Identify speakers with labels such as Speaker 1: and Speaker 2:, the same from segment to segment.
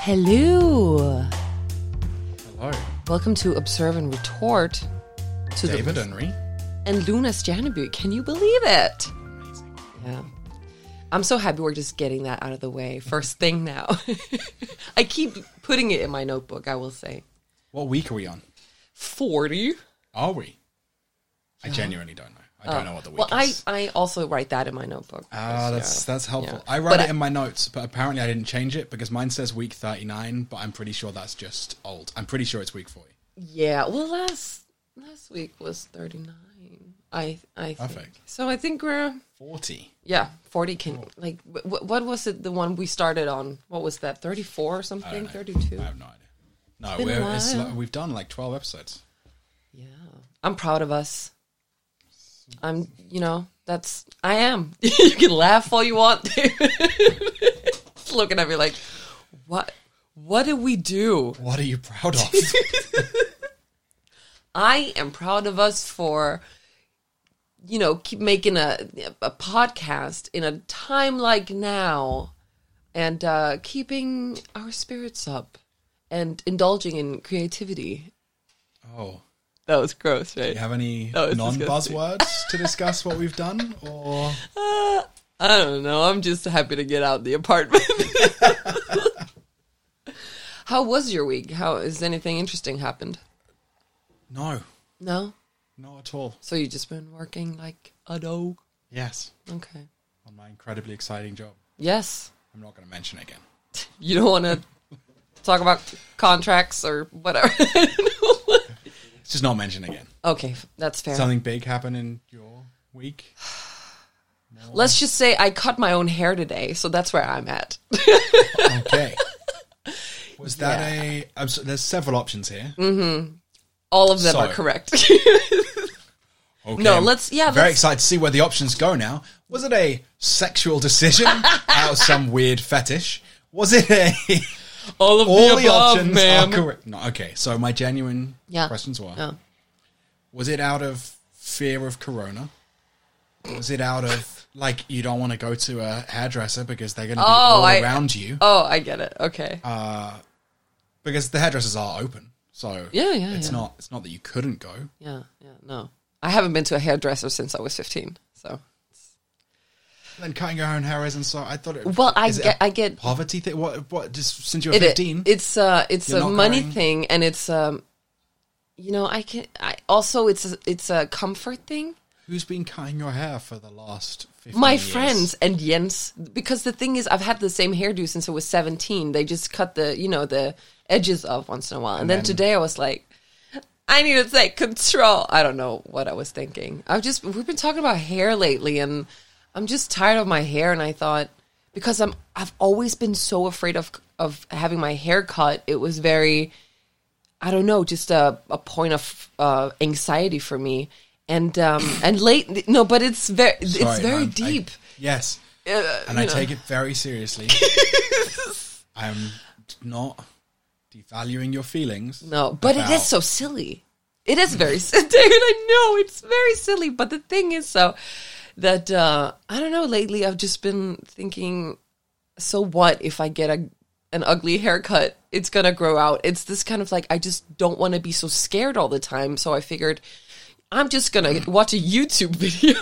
Speaker 1: Hello.
Speaker 2: Hello,
Speaker 1: Welcome to Observe and Retort. To
Speaker 2: David
Speaker 1: the,
Speaker 2: Henry.
Speaker 1: and Luna Stjerneby. Can you believe it?
Speaker 2: Amazing.
Speaker 1: Yeah. I'm so happy we're just getting that out of the way. First thing now. I keep putting it in my notebook, I will say.
Speaker 2: What week are we on?
Speaker 1: 40.
Speaker 2: Are we? I genuinely don't know. Oh. I don't know what the week
Speaker 1: Well, I,
Speaker 2: is.
Speaker 1: I also write that in my notebook.
Speaker 2: Ah, that's
Speaker 1: Yeah.
Speaker 2: that's helpful.
Speaker 1: Yeah.
Speaker 2: I wrote
Speaker 1: But
Speaker 2: it
Speaker 1: I-
Speaker 2: in my notes, but apparently I didn't change it because mine says week thirty nine, but I'm pretty sure that's just old. I'm pretty sure it's week forty.
Speaker 1: Yeah. Well, last last week was 39. I I think.
Speaker 2: Perfect.
Speaker 1: So I think we're
Speaker 2: Forty.
Speaker 1: Yeah, 40 can like wh- wh- what was it the one we started on? What was that? 34 or
Speaker 2: I
Speaker 1: something?
Speaker 2: don't know.
Speaker 1: 32.
Speaker 2: I have no idea. No,
Speaker 1: been a
Speaker 2: we're, it's,
Speaker 1: while.
Speaker 2: like- we've done like twelve episodes.
Speaker 1: Yeah. I'm proud of us. I'm, you know, that's I am. you can laugh all you want. dude. Just Looking at me like, "What what did we do?"
Speaker 2: What are you proud of?
Speaker 1: I am proud of us for you know, keep making a a podcast in a time like now and uh keeping our spirits up and indulging in creativity.
Speaker 2: oh,
Speaker 1: That was gross,
Speaker 2: do
Speaker 1: right?
Speaker 2: you have any
Speaker 1: Oh, it's
Speaker 2: non
Speaker 1: disgusting.
Speaker 2: buzzwords to discuss what we've done, or
Speaker 1: I don't know. I'm just happy to get out of the apartment. How was your week? How has anything interesting happened?
Speaker 2: no,
Speaker 1: No?
Speaker 2: not at all.
Speaker 1: So you just been working like a dog?
Speaker 2: Yes,
Speaker 1: Okay.
Speaker 2: on my incredibly exciting job.
Speaker 1: Yes.
Speaker 2: I'm not going to mention again.
Speaker 1: You don't want to talk about contracts or whatever.
Speaker 2: It's just not mentioned again.
Speaker 1: okay, f- that's fair.
Speaker 2: Something big happened in your week?
Speaker 1: Let's just say I cut my own hair today, so that's where I'm at.
Speaker 2: Okay. Was that a? I'm so- there's several options here.
Speaker 1: Mm. All of them are
Speaker 2: So-
Speaker 1: correct.
Speaker 2: Okay.
Speaker 1: No,
Speaker 2: I'm
Speaker 1: let's- yeah,
Speaker 2: Very
Speaker 1: let's-
Speaker 2: excited to see where the options go now. Was it a sexual decision out of some weird fetish? Was it a?
Speaker 1: All of
Speaker 2: All
Speaker 1: the,
Speaker 2: the
Speaker 1: above,
Speaker 2: options
Speaker 1: ma'am.
Speaker 2: are correct. No, okay. So my genuine
Speaker 1: Yeah.
Speaker 2: questions were:
Speaker 1: No.
Speaker 2: Was it out of fear of corona? Was it out of like you don't want to go to a hairdresser because they're going to be all
Speaker 1: I-
Speaker 2: around you?
Speaker 1: Oh, I get it. Okay.
Speaker 2: Uh, because the hairdressers are open. So
Speaker 1: Yeah, yeah,
Speaker 2: it's
Speaker 1: yeah.
Speaker 2: not it's not that you couldn't go.
Speaker 1: yeah, yeah. No, I haven't been to a hairdresser since I was 15. So,
Speaker 2: Then cutting your own hair isn't so. I thought. It,
Speaker 1: well, I
Speaker 2: is it
Speaker 1: get,
Speaker 2: a
Speaker 1: I get
Speaker 2: poverty thing. What what? Just since you were
Speaker 1: it,
Speaker 2: fifteen,
Speaker 1: It's uh, it's
Speaker 2: You're
Speaker 1: a
Speaker 2: not
Speaker 1: money
Speaker 2: going-
Speaker 1: thing, and it's um, you know, I can. I also it's a, it's a comfort thing.
Speaker 2: who's been cutting your hair for the last? 15
Speaker 1: my
Speaker 2: years?
Speaker 1: friends and Jens, because the thing is, I've had the same hairdo since I was 17. They just cut the, you know, the edges off once in a while. And, then, today I was like, I need to take control. I don't know what I was thinking. I've just, we've been talking about hair lately and I'm just tired of my hair. And I thought, because I'm, I've always been so afraid of, of having my hair cut. It was very, I don't know, just a, a point of uh, anxiety for me. And um and late no, but it's very it's
Speaker 2: Sorry,
Speaker 1: very
Speaker 2: I'm- I-
Speaker 1: deep.
Speaker 2: yes, and I take it very seriously. I'm not devaluing your feelings.
Speaker 1: No, but it
Speaker 2: about-
Speaker 1: is so silly. It is very silly. Dude, I know it's very silly, but the thing is so that uh I don't know lately I've just been thinking so what if I get a an ugly haircut? It's going to grow out. It's this kind of like I just don't want to be so scared all the time, so I figured I'm just going to watch a YouTube video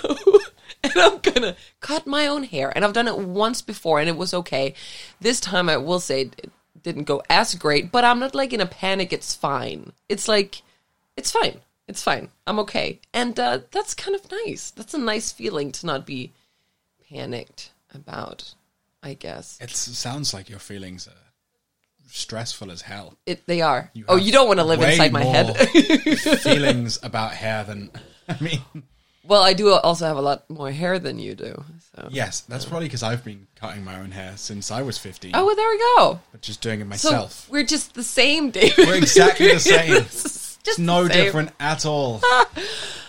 Speaker 1: and I'm going to cut my own hair. And I've done it once before and it was okay. This time I will say it didn't go as great, but I'm not like in a panic. It's fine. It's like, it's fine. It's fine. I'm okay. And uh, that's kind of nice. That's a nice feeling to not be panicked about, I guess.
Speaker 2: It sounds like your feelings are stressful as hell.
Speaker 1: It, they are. oh,
Speaker 2: have
Speaker 1: you don't want to live
Speaker 2: way
Speaker 1: inside my
Speaker 2: more
Speaker 1: head.
Speaker 2: feelings about hair than I mean.
Speaker 1: well, I do also have a lot more hair than you do. So.
Speaker 2: Yes, that's probably because I've been cutting my own hair since I was 15,
Speaker 1: Oh, well, there we go.
Speaker 2: but just doing it
Speaker 1: So
Speaker 2: myself.
Speaker 1: we're just the same, David.
Speaker 2: We're exactly the same.
Speaker 1: just
Speaker 2: no
Speaker 1: the same. Ah.
Speaker 2: different at all.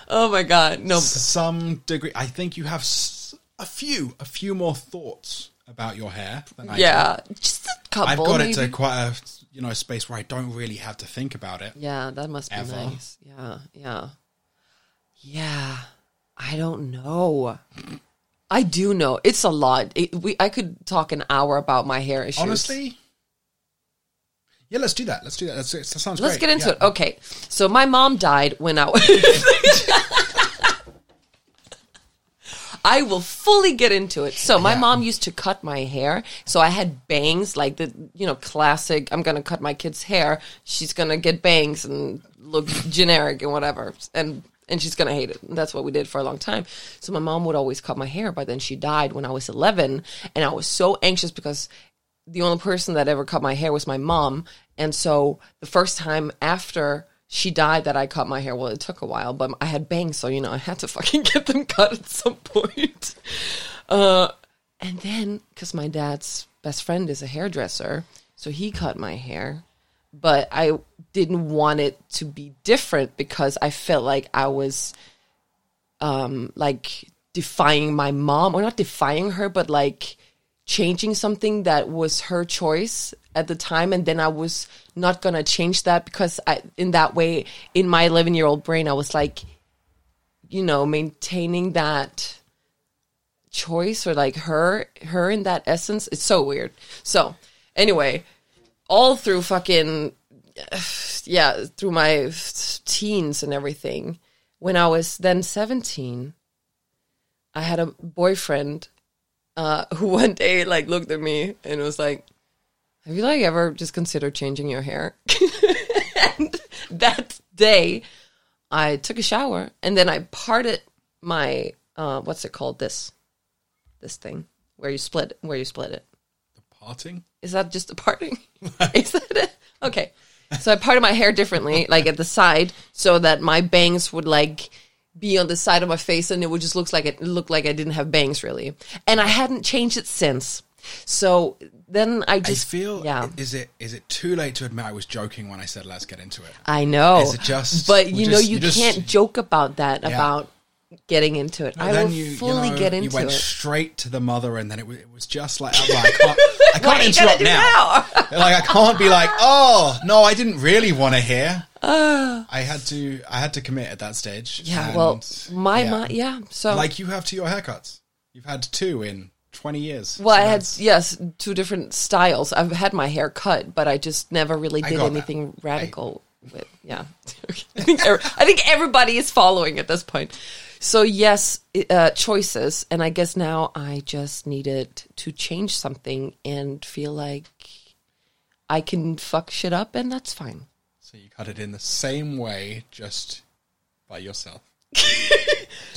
Speaker 1: Oh my god, no.
Speaker 2: To some degree, I think you have s- a few, a few more thoughts about your hair than I do.
Speaker 1: Yeah, just a couple.
Speaker 2: I've got
Speaker 1: maybe.
Speaker 2: it to quite a you know space where I don't really have to think about it.
Speaker 1: Yeah, that must be
Speaker 2: Ever.
Speaker 1: nice. Yeah, yeah. Yeah. I don't know. I do know. It's a lot. It, we I could talk an hour about my hair issues.
Speaker 2: Honestly, Yeah, let's do that. Let's do that. That's, that sounds
Speaker 1: Let's
Speaker 2: great.
Speaker 1: get into
Speaker 2: Yeah.
Speaker 1: it. Okay. So my mom died when I was. I will fully get into it. So my
Speaker 2: Yeah.
Speaker 1: mom used to cut my hair, so I had bangs like the you know classic. I'm gonna cut my kid's hair. She's gonna get bangs and look generic and whatever, and and she's gonna hate it. And that's what we did for a long time. So my mom would always cut my hair, but then she died when I was 11, and I was so anxious because the only person that ever cut my hair was my mom. And so the first time after she died that I cut my hair, well, it took a while, but I had bangs, so, you know, I had to fucking get them cut at some point. Uh, and then, because my dad's best friend is a hairdresser, so he cut my hair. But I didn't want it to be different because I felt like I was um like defying my mom or not defying her but like changing something that was her choice at the time and then i was not gonna change that because i in that way in my 11 year old brain i was like you know maintaining that choice or like her her in that essence it's so weird so anyway all through fucking yeah through my teens and everything when i was then 17 i had a boyfriend uh, who one day like looked at me and was like have you like ever just considered changing your hair and that day i took a shower and then i parted my uh, what's it called this this thing where you split where you split it
Speaker 2: The parting?
Speaker 1: is that just a parting? is that it? Okay. So I parted my hair differently, like at the side, so that my bangs would like be on the side of my face, and it would just looks like it looked like I didn't have bangs really, and I hadn't changed it since. So then I
Speaker 2: I
Speaker 1: just
Speaker 2: feel.
Speaker 1: yeah.
Speaker 2: Is it is it too late to admit I was joking when I said let's get into it?
Speaker 1: I know.
Speaker 2: Is it just-
Speaker 1: but
Speaker 2: we
Speaker 1: you know
Speaker 2: just-
Speaker 1: you
Speaker 2: you just-
Speaker 1: can't joke about that about getting into it. I
Speaker 2: then
Speaker 1: will
Speaker 2: you, you
Speaker 1: fully
Speaker 2: know,
Speaker 1: get
Speaker 2: You
Speaker 1: into
Speaker 2: went
Speaker 1: it.
Speaker 2: straight to the mother, and then it was, it was just like, I'm like, I can't, I
Speaker 1: What
Speaker 2: can't
Speaker 1: are you gonna
Speaker 2: interrupt
Speaker 1: do
Speaker 2: now.
Speaker 1: now?
Speaker 2: like I can't be like, oh no, I didn't really want to hear. I had to, I had to commit at that stage.
Speaker 1: Ah. yeah.
Speaker 2: and
Speaker 1: well, my
Speaker 2: yeah.
Speaker 1: my yeah. So
Speaker 2: like you have to your haircuts. You've had two in twenty years.
Speaker 1: Well,
Speaker 2: So
Speaker 1: I had
Speaker 2: that's-
Speaker 1: yes, two different styles. I've had my hair cut, but I just never really did
Speaker 2: got that.
Speaker 1: anything radical with. Yeah, I think ev- I think everybody is following at this point. So yes, i- uh, choices, and I guess now I just needed to change something and feel like I can fuck shit up, and that's fine.
Speaker 2: So you cut it in the same way, just by yourself.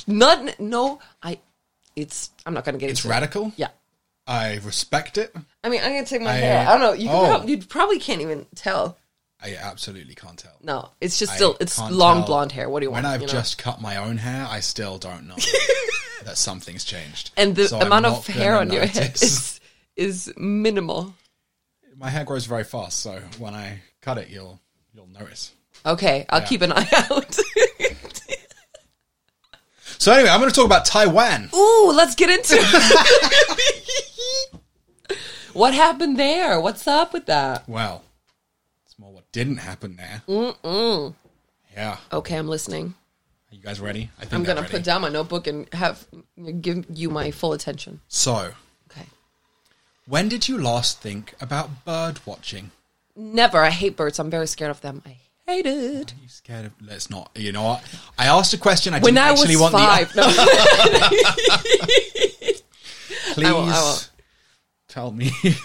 Speaker 1: Not no, I. It's I'm not gonna get
Speaker 2: It's
Speaker 1: into it.
Speaker 2: radical.
Speaker 1: Yeah.
Speaker 2: I respect it.
Speaker 1: I mean, I'm gonna take my
Speaker 2: I-
Speaker 1: hair. I don't know. You, can
Speaker 2: oh.
Speaker 1: prob- you probably can't even tell.
Speaker 2: I absolutely can't tell.
Speaker 1: No, it's just
Speaker 2: I
Speaker 1: still it's
Speaker 2: can't
Speaker 1: long
Speaker 2: tell.
Speaker 1: blonde hair. What do you
Speaker 2: When
Speaker 1: want?
Speaker 2: I've
Speaker 1: you know?
Speaker 2: just cut my own hair, I still don't know that something's changed.
Speaker 1: and the
Speaker 2: So I'm
Speaker 1: amount
Speaker 2: not
Speaker 1: of hair
Speaker 2: gonna
Speaker 1: on your head
Speaker 2: notice.
Speaker 1: is is minimal.
Speaker 2: my hair grows very fast, so when I cut it, you'll you'll notice.
Speaker 1: Okay, I'll keep an eye out.
Speaker 2: So anyway, I'm going to talk about Taiwan.
Speaker 1: Ooh, let's get into it. what happened there? What's up with that?
Speaker 2: Well, it's more what didn't happen there. Yeah,
Speaker 1: Okay, I'm listening.
Speaker 2: are you guys ready? I think
Speaker 1: I'm
Speaker 2: they're
Speaker 1: gonna
Speaker 2: ready.
Speaker 1: put down my notebook and have give you my full attention.
Speaker 2: So,
Speaker 1: Okay.
Speaker 2: when did you last think about bird watching?
Speaker 1: Never. I hate birds. I'm very scared of them. I hate it.
Speaker 2: Are you scared of? Let's not. You know what? I asked a question. I
Speaker 1: When
Speaker 2: didn't
Speaker 1: I was
Speaker 2: actually want
Speaker 1: five, no,
Speaker 2: the. Please
Speaker 1: I won't- I won't.
Speaker 2: tell me. Your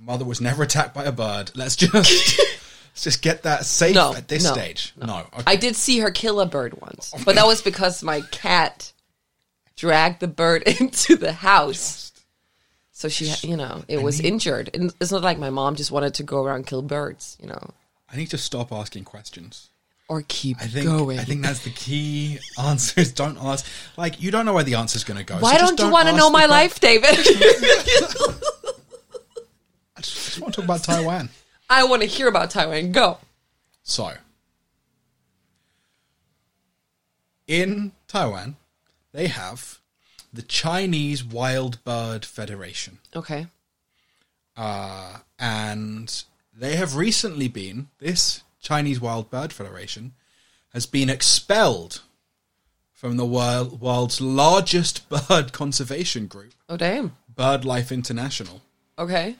Speaker 2: mother was never attacked by a bird. Let's just let's just get that safe
Speaker 1: No,
Speaker 2: at this
Speaker 1: no,
Speaker 2: stage. No. Okay.
Speaker 1: I did see her kill a bird once, but that was because my cat dragged the bird into the house. So she, you know, it was injured. And it's not like my mom just wanted to go around and kill birds, you know,
Speaker 2: I need to stop asking questions.
Speaker 1: or keep
Speaker 2: I think
Speaker 1: going.
Speaker 2: I think that's the key answer is don't ask. Like you don't know where the answer's going to go.
Speaker 1: Why
Speaker 2: so just
Speaker 1: don't you want to
Speaker 2: ask
Speaker 1: know
Speaker 2: the
Speaker 1: my
Speaker 2: que-
Speaker 1: life, David?
Speaker 2: I just, I just want to talk about Taiwan.
Speaker 1: I want to hear about Taiwan. Go.
Speaker 2: So, in Taiwan, they have the Chinese Wild Bird Federation,
Speaker 1: Okay.
Speaker 2: uh, and they have recently been this Chinese Wild Bird Federation has been expelled from the world, world's largest bird conservation group,
Speaker 1: Oh, damn.
Speaker 2: BirdLife International.
Speaker 1: Okay.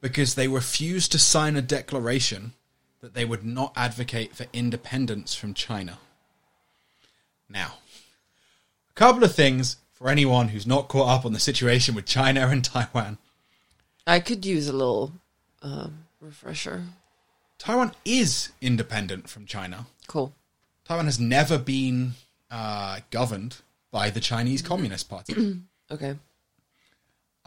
Speaker 2: because they refused to sign a declaration that they would not advocate for independence from China. Now, a couple of things for anyone who's not caught up on the situation with China and Taiwan.
Speaker 1: I could use a little um, refresher.
Speaker 2: Taiwan is independent from China.
Speaker 1: Cool.
Speaker 2: Taiwan has never been uh, governed by the Chinese Communist Party.
Speaker 1: Okay.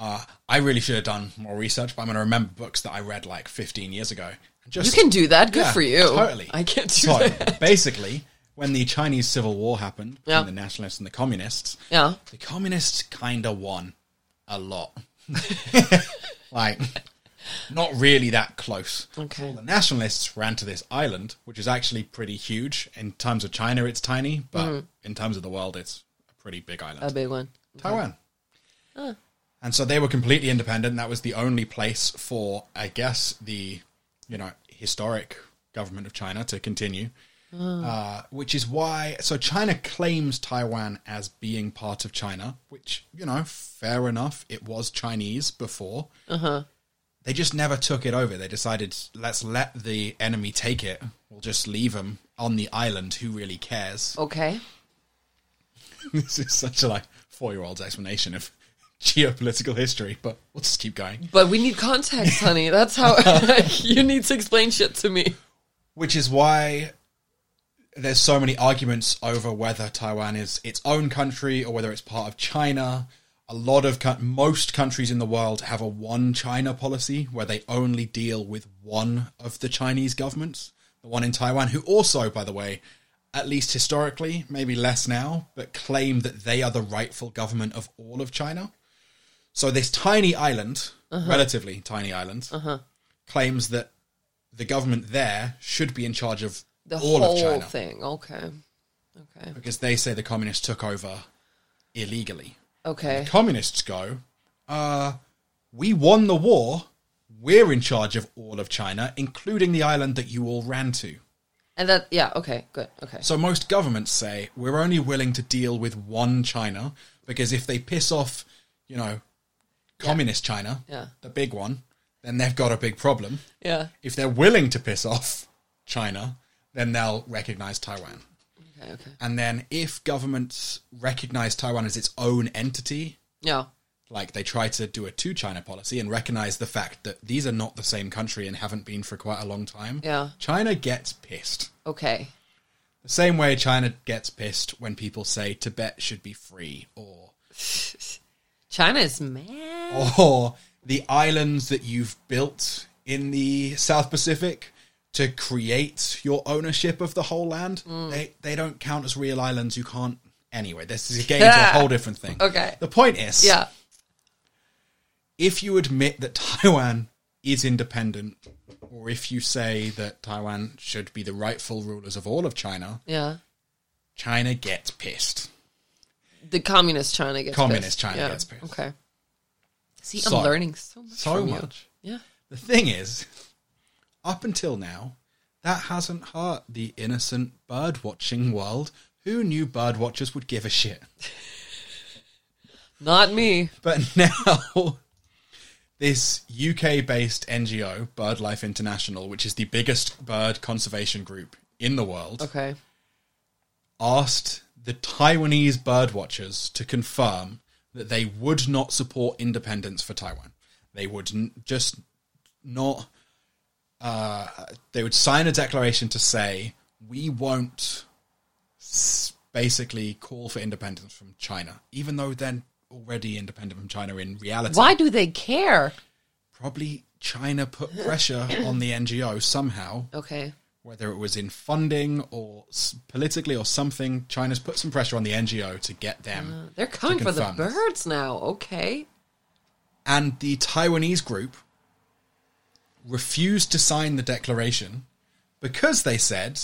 Speaker 2: Uh, I really should have done more research, but I'm going to remember books that I read like 15 years ago. And
Speaker 1: You
Speaker 2: Just
Speaker 1: can do that. Good
Speaker 2: Yeah,
Speaker 1: for you.
Speaker 2: Totally.
Speaker 1: I can't do
Speaker 2: So,
Speaker 1: that.
Speaker 2: basically, when the Chinese Civil War happened between
Speaker 1: Yeah.
Speaker 2: the nationalists and the communists,
Speaker 1: Yeah.
Speaker 2: the communists kind of won a lot. like, not really that close.
Speaker 1: Okay.
Speaker 2: The nationalists ran to this island, which is actually pretty huge. In terms of China, it's tiny, but in terms of the world, it's a pretty big island.
Speaker 1: A big one.
Speaker 2: Taiwan. And so they were completely independent. That was the only place for, I guess, the you know historic government of China to continue. Uh, which is why, so China claims Taiwan as being part of China, which you know, fair enough. It was Chinese before. They just never took it over. They decided, let's let the enemy take it. We'll just leave them on the island. Who really cares?
Speaker 1: Okay.
Speaker 2: this is such a like four year old's explanation of geopolitical history, but we'll just keep going.
Speaker 1: But we need context, honey. That's how you need to explain shit to me.
Speaker 2: Which is why there's so many arguments over whether Taiwan is its own country or whether it's part of China. A lot of coun- most countries in the world have a one China policy where they only deal with one of the Chinese governments. The one in Taiwan, who also, by the way, at least historically, maybe less now, but claim that they are the rightful government of all of China. So this tiny island,
Speaker 1: Uh-huh.
Speaker 2: relatively tiny island, claims that the government there should be in charge of
Speaker 1: The
Speaker 2: all
Speaker 1: whole
Speaker 2: of China
Speaker 1: thing. Okay. Okay.
Speaker 2: because they say the communists took over illegally.
Speaker 1: Okay.
Speaker 2: Communists go, uh, we won the war. We're in charge of all of China, including the island that you all ran to.
Speaker 1: And that, yeah, okay, good, okay.
Speaker 2: So most governments say we're only willing to deal with one China because if they piss off, you know, communist China,
Speaker 1: Yeah.
Speaker 2: the big one, then they've got a big problem.
Speaker 1: Yeah.
Speaker 2: If they're willing to piss off China, then they'll recognize Taiwan.
Speaker 1: Okay, okay.
Speaker 2: And then if governments recognize Taiwan as its own entity,
Speaker 1: Yeah.
Speaker 2: like they try to do a two China policy and recognize the fact that these are not the same country and haven't been for quite a long time,
Speaker 1: Yeah.
Speaker 2: China gets pissed.
Speaker 1: Okay.
Speaker 2: The same way China gets pissed when people say Tibet should be free or
Speaker 1: China is mad.
Speaker 2: or the islands that you've built in the South Pacific to create your ownership of the whole land. They they don't count as real islands. You can't anyway. This is getting into a whole different thing.
Speaker 1: Okay.
Speaker 2: The point is,
Speaker 1: Yeah.
Speaker 2: if you admit that Taiwan is independent, or if you say that Taiwan should be the rightful rulers of all of China,
Speaker 1: Yeah.
Speaker 2: China gets pissed.
Speaker 1: The communist China gets
Speaker 2: Communist
Speaker 1: pissed.
Speaker 2: China
Speaker 1: yeah.
Speaker 2: gets pissed.
Speaker 1: Okay. See,
Speaker 2: So-
Speaker 1: I'm learning so much.
Speaker 2: So
Speaker 1: from you.
Speaker 2: much.
Speaker 1: Yeah.
Speaker 2: The thing is, up until now, that hasn't hurt the innocent bird watching world. Who knew bird watchers would give a shit?
Speaker 1: Not me.
Speaker 2: But now, this UK based NGO, BirdLife International, which is the biggest bird conservation group in the world,
Speaker 1: Okay.
Speaker 2: asked the Taiwanese bird watchers to confirm that they would not support independence for Taiwan. They would n- just not. Uh, they would sign a declaration to say we won't s- basically call for independence from China, even though they're already independent from China in reality.
Speaker 1: Why do they care?
Speaker 2: Probably China put pressure on the NGO somehow
Speaker 1: Okay.
Speaker 2: whether it was in funding or s- politically or something, China's put some pressure on the NGO to get them.
Speaker 1: They're coming for the
Speaker 2: confirm this.
Speaker 1: birds now. Okay.
Speaker 2: And the Taiwanese group refused to sign the declaration because they said,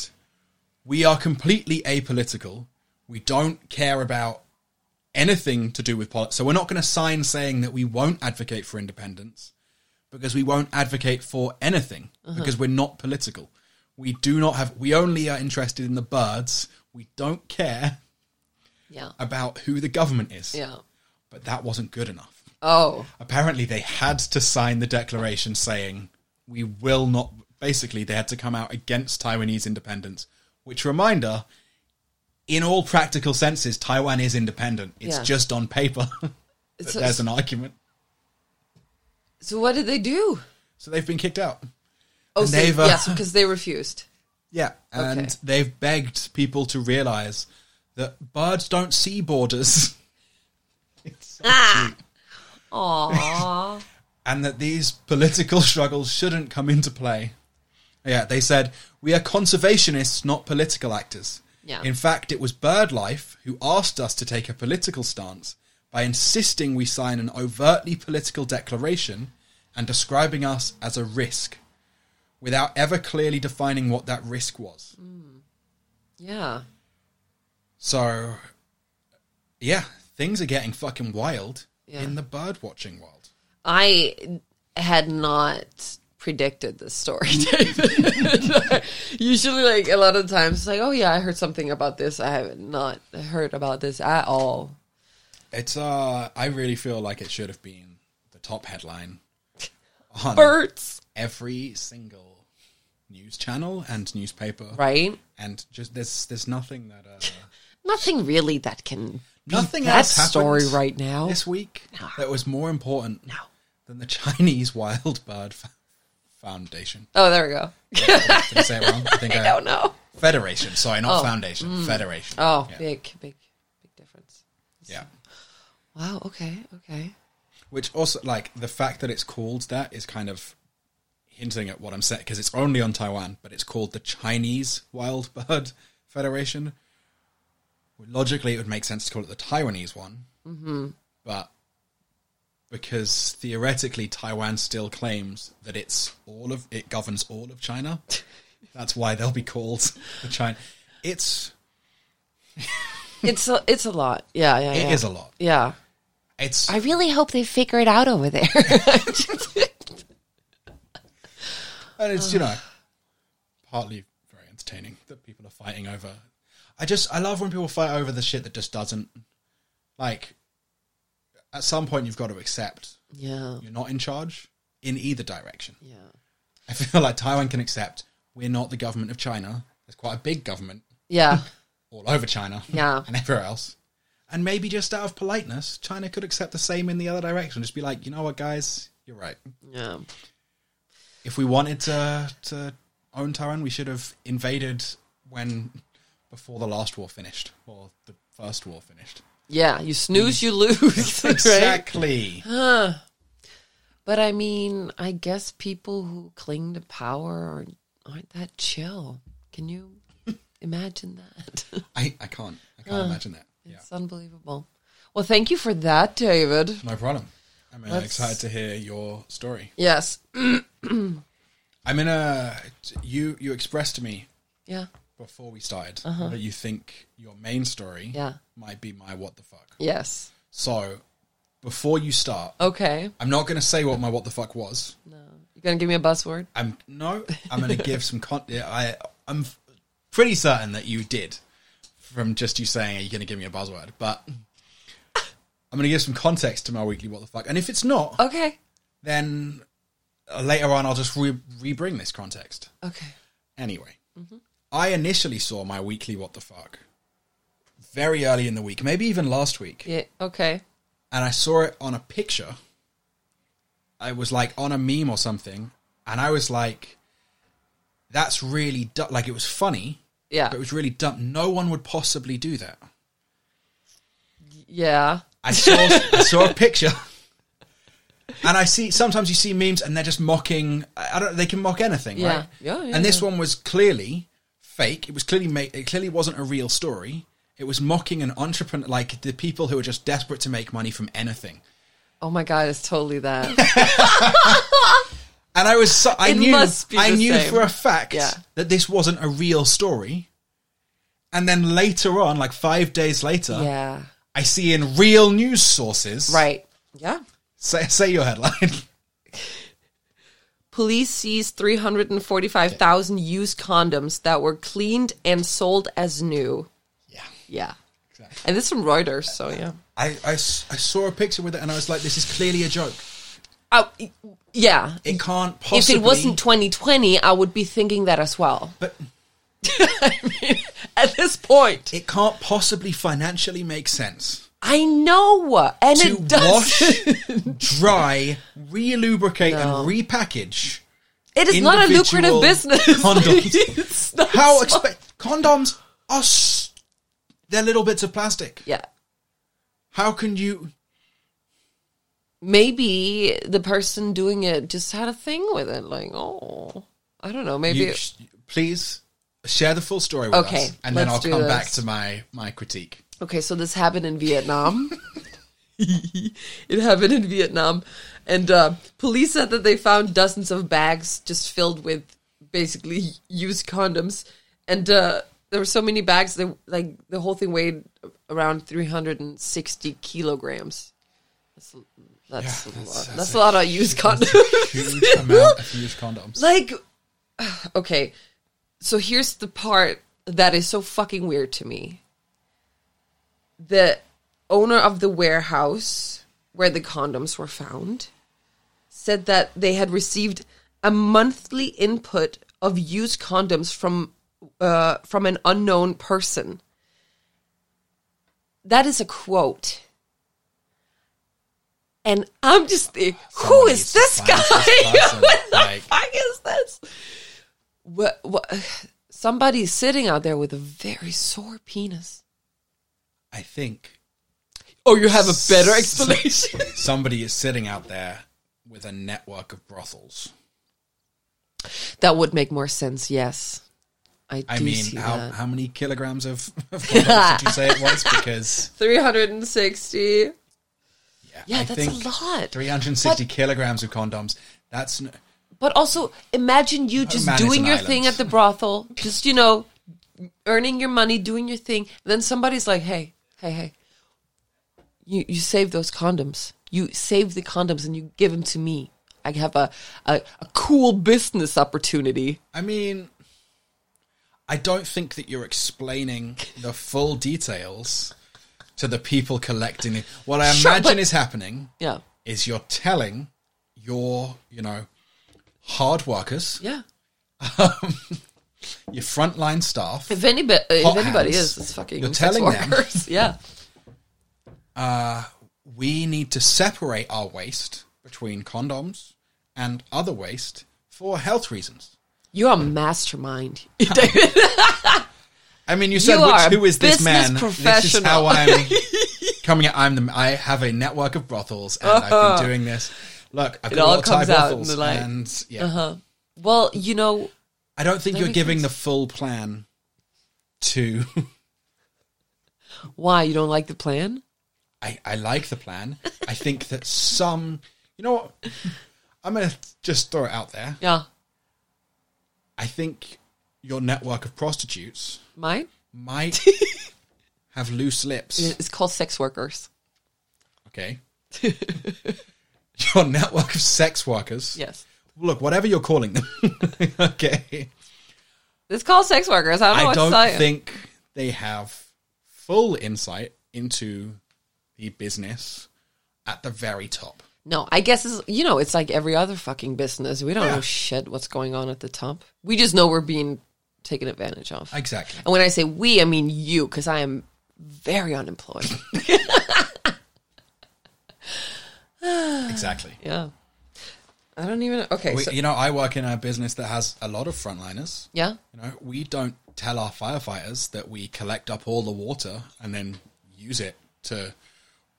Speaker 2: We are completely apolitical. We don't care about anything to do with politics. So we're not going to sign saying that we won't advocate for independence because we won't advocate for anything because we're not political. We do not have, we only are interested in the birds. We don't care
Speaker 1: Yeah.
Speaker 2: about who the government is.
Speaker 1: Yeah.
Speaker 2: But that wasn't good enough.
Speaker 1: Oh,
Speaker 2: Apparently, they had to sign the declaration saying, we will not. Basically, they had to come out against Taiwanese independence, which, reminder, in all practical senses, Taiwan is independent. It's
Speaker 1: Yeah.
Speaker 2: just on paper. that
Speaker 1: So-
Speaker 2: there's an argument.
Speaker 1: so what did they do?
Speaker 2: So they've been kicked out.
Speaker 1: Oh,
Speaker 2: And
Speaker 1: so,
Speaker 2: they've, uh,
Speaker 1: yes, because they refused.
Speaker 2: Yeah, and
Speaker 1: Okay.
Speaker 2: they've begged people to realize that birds don't see borders,
Speaker 1: Ah, Aww.
Speaker 2: and that these political struggles shouldn't come into play. Yeah, they said we are conservationists, not political actors.
Speaker 1: Yeah.
Speaker 2: In fact, it was BirdLife who asked us to take a political stance by insisting we sign an overtly political declaration and describing us as a risk, without ever clearly defining what that risk was.
Speaker 1: yeah.
Speaker 2: So, yeah, things are getting fucking wild
Speaker 1: Yeah.
Speaker 2: in the bird watching world.
Speaker 1: I had not predicted this story, David. Usually, like a lot of times, it's like, oh yeah, I heard something about this. I have not heard about this at all.
Speaker 2: It's uh, I really feel like it should have been the top headline on
Speaker 1: Birds,
Speaker 2: every single news channel and newspaper,
Speaker 1: right?
Speaker 2: and just there's there's nothing that uh,
Speaker 1: Nothing really that can
Speaker 2: nothing
Speaker 1: that
Speaker 2: else happened
Speaker 1: story right now.
Speaker 2: this week that was more important
Speaker 1: No.
Speaker 2: than the Chinese Wild Bird F- Foundation.
Speaker 1: Oh, there we go.
Speaker 2: Did I say it wrong? I think uh,
Speaker 1: I don't know.
Speaker 2: Federation, sorry, not foundation. Federation.
Speaker 1: Oh,
Speaker 2: yeah.
Speaker 1: big, big, big difference.
Speaker 2: yeah.
Speaker 1: Wow. Okay. Okay.
Speaker 2: Which also, like, the fact that it's called that is kind of hinting at what I'm saying because it's only on Taiwan, but it's called the Chinese Wild Bird Federation. Logically, it would make sense to call it the Taiwanese one, mm-hmm. but because theoretically Taiwan still claims that it's all of it governs all of China, that's why they'll be called the China. It's
Speaker 1: It's a, it's a lot. Yeah. Yeah.
Speaker 2: it is
Speaker 1: yeah.
Speaker 2: a lot.
Speaker 1: Yeah.
Speaker 2: It's
Speaker 1: I really hope they figure it out over there.
Speaker 2: And it's, you know, partly very entertaining that people are fighting over. I just, I love when people fight over the shit that just doesn't. Like, at some point, you've got to accept
Speaker 1: yeah.
Speaker 2: you're not in charge in either direction.
Speaker 1: Yeah.
Speaker 2: I feel like Taiwan can accept we're not the government of China. There's quite a big government
Speaker 1: Yeah.
Speaker 2: all over China
Speaker 1: Yeah.
Speaker 2: and everywhere else. And maybe just out of politeness, China could accept the same in the other direction. Just be like, you know what, guys, you're right.
Speaker 1: Yeah.
Speaker 2: if we wanted to to own Taiwan, we should have invaded when before the last war finished or the first war finished.
Speaker 1: Yeah. You snooze, you lose. right?
Speaker 2: Exactly.
Speaker 1: But I mean, I guess people who cling to power aren't, aren't that chill. Can you imagine that?
Speaker 2: I, I can't I can't imagine that. Yeah,
Speaker 1: It's unbelievable. Well, thank you for that, David.
Speaker 2: no problem. I'm uh,
Speaker 1: Let's-
Speaker 2: excited to hear your story.
Speaker 1: Yes.
Speaker 2: I'm in a you you expressed to me
Speaker 1: Yeah.
Speaker 2: before we started that you think your main story
Speaker 1: Uh-huh. Yeah.
Speaker 2: might be my what the fuck.
Speaker 1: Yes.
Speaker 2: So before you start,
Speaker 1: Okay.
Speaker 2: I'm not going to say what my what the fuck was.
Speaker 1: No. You gonna give me a buzzword?
Speaker 2: I'm no. I'm going to give some con. yeah, I I'm f- pretty certain that you did from just you saying, "Are you going to give me a buzzword?" But I'm going to give some context to my weekly what the fuck. And if it's not,
Speaker 1: Okay.
Speaker 2: then uh, later on I'll just re rebring this context.
Speaker 1: Okay.
Speaker 2: Anyway, I initially saw my weekly what the fuck very early in the week, maybe even last week,
Speaker 1: Yeah. Okay.
Speaker 2: and I saw it on a picture. I was like on a meme or something, and I was like, "That's really du-. like it was funny,
Speaker 1: Yeah.
Speaker 2: but it was really dumb. No one would possibly do that."
Speaker 1: Yeah.
Speaker 2: I saw I saw a picture, and I see sometimes you see memes and they're just mocking. I I don't. They can mock anything,
Speaker 1: Yeah.
Speaker 2: right?
Speaker 1: Yeah, yeah,
Speaker 2: and this one was clearly fake. It was clearly made. It clearly wasn't a real story. It was mocking an entrepreneur, like the people who are just desperate to make money from anything.
Speaker 1: Oh my god, it's totally that.
Speaker 2: And I was, so, I
Speaker 1: It
Speaker 2: knew,
Speaker 1: must be
Speaker 2: I
Speaker 1: the
Speaker 2: knew
Speaker 1: same.
Speaker 2: for a fact
Speaker 1: Yeah.
Speaker 2: that this wasn't a real story. And then later on, like five days later,
Speaker 1: yeah.
Speaker 2: I see in real news sources,
Speaker 1: Right. Yeah.
Speaker 2: Say, say your headline.
Speaker 1: Police seized 345,000 used condoms that were cleaned and sold as new.
Speaker 2: yeah,
Speaker 1: Yeah.
Speaker 2: Exactly.
Speaker 1: And it's from Reuters, so yeah.
Speaker 2: I, I s- I saw a picture with it and I was like, this is clearly a joke.
Speaker 1: Oh, y- yeah.
Speaker 2: It can't
Speaker 1: If
Speaker 2: possibly.
Speaker 1: it wasn't 2020, I would be thinking that as well.
Speaker 2: But
Speaker 1: I mean, at this point,
Speaker 2: it can't possibly financially make sense
Speaker 1: I know, and
Speaker 2: to
Speaker 1: it does.
Speaker 2: wash, dry, re-lubricate,
Speaker 1: No.
Speaker 2: and repackage.
Speaker 1: it is not a lucrative
Speaker 2: individual
Speaker 1: business.
Speaker 2: condoms.
Speaker 1: It's not
Speaker 2: How
Speaker 1: smart.
Speaker 2: exp- condoms are s- they're little bits of plastic.
Speaker 1: Yeah.
Speaker 2: How can you?
Speaker 1: maybe the person doing it just had a thing with it. Like, oh, I don't know. Maybe
Speaker 2: you sh- please share the full story with
Speaker 1: Okay,
Speaker 2: us, and then I'll
Speaker 1: let's do
Speaker 2: come
Speaker 1: this.
Speaker 2: back to my my critique.
Speaker 1: okay. So this happened in Vietnam. it happened in Vietnam, and uh, police said that they found dozens of bags just filled with basically used condoms, and uh, there were so many bags that like the whole thing weighed around three hundred and sixty kilograms. That's a, that's,
Speaker 2: Yeah,
Speaker 1: a
Speaker 2: that's-
Speaker 1: lot.
Speaker 2: that's
Speaker 1: That's a lot of used condoms.
Speaker 2: Huge amount of used condoms.
Speaker 1: Like, okay, so here's the part that is so fucking weird to me. The owner of the warehouse where the condoms were found said that they had received a monthly input of used condoms from uh, from an unknown person. That is a quote. And I'm just the, who
Speaker 2: Someone
Speaker 1: is
Speaker 2: needs
Speaker 1: this
Speaker 2: to
Speaker 1: guy?
Speaker 2: find this person,
Speaker 1: what the
Speaker 2: like-
Speaker 1: fuck is this? What, what, somebody's sitting out there with a very sore penis.
Speaker 2: I think
Speaker 1: Oh, you have a better explanation.
Speaker 2: somebody is sitting out there with a network of brothels.
Speaker 1: that would make more sense. Yes, I do
Speaker 2: I mean,
Speaker 1: see
Speaker 2: how,
Speaker 1: that.
Speaker 2: how many kilograms of, of condoms did you say it was? Because
Speaker 1: 360.
Speaker 2: yeah,
Speaker 1: Yeah,
Speaker 2: I
Speaker 1: that's
Speaker 2: think
Speaker 1: a lot.
Speaker 2: 360 kilograms of condoms. That's n-
Speaker 1: But also, imagine you just
Speaker 2: man is
Speaker 1: doing
Speaker 2: an
Speaker 1: your
Speaker 2: island.
Speaker 1: thing at the brothel, just, you know, earning your money, doing your thing. then somebody's like, hey, hey, hey, you, you save those condoms. You save the condoms and you give them to me. I have a, a, a cool business opportunity.
Speaker 2: I mean, I don't think that you're explaining the full details to the people collecting it. What I
Speaker 1: Sure,
Speaker 2: imagine
Speaker 1: but-
Speaker 2: is happening
Speaker 1: Yeah.
Speaker 2: is you're telling your, you know, hard workers,
Speaker 1: Yeah.
Speaker 2: your frontline staff,
Speaker 1: If, anybo- if
Speaker 2: Hot
Speaker 1: anybody is,
Speaker 2: hands.
Speaker 1: it's fucking
Speaker 2: You're
Speaker 1: sex
Speaker 2: telling them.
Speaker 1: workers. Yeah.
Speaker 2: we need to separate our waste between condoms and other waste for health reasons.
Speaker 1: You're a mastermind.
Speaker 2: I mean, you said,
Speaker 1: You are a
Speaker 2: which, who is this
Speaker 1: business
Speaker 2: man? This is how
Speaker 1: professional.
Speaker 2: I'm coming out. I'm the, I have a network of brothels and I've been doing this. Look,
Speaker 1: Uh-huh.
Speaker 2: I've
Speaker 1: It
Speaker 2: got
Speaker 1: all
Speaker 2: a lot of Thai
Speaker 1: comes out in
Speaker 2: brothels.
Speaker 1: the light.
Speaker 2: and yeah,
Speaker 1: well, you know,
Speaker 2: I don't think you're
Speaker 1: makes
Speaker 2: giving the full plan to.
Speaker 1: why? You don't like the plan?
Speaker 2: I, I like the plan. I think that some. You know what? I'm going to just throw it out there.
Speaker 1: Yeah.
Speaker 2: I think your network of prostitutes
Speaker 1: Mine?
Speaker 2: might have loose lips.
Speaker 1: It's called sex workers.
Speaker 2: Okay. Your network of sex workers.
Speaker 1: Yes.
Speaker 2: Look, whatever you're calling them. okay.
Speaker 1: It's called sex workers. I don't know
Speaker 2: I
Speaker 1: what
Speaker 2: don't
Speaker 1: to tell you.
Speaker 2: think they have full insight into the business at the very top.
Speaker 1: No, I guess it's, you know, it's like every other fucking business. We don't know shit what's going on at the top. We just know we're being taken advantage of.
Speaker 2: Exactly.
Speaker 1: and when I say we, I mean you, because I am very unemployed.
Speaker 2: Exactly.
Speaker 1: yeah. I don't even. Uh, Okay.
Speaker 2: We,
Speaker 1: so,
Speaker 2: you know, I work in a business that has a lot of frontliners.
Speaker 1: yeah.
Speaker 2: You know, we don't tell our firefighters that we collect up all the water and then use it to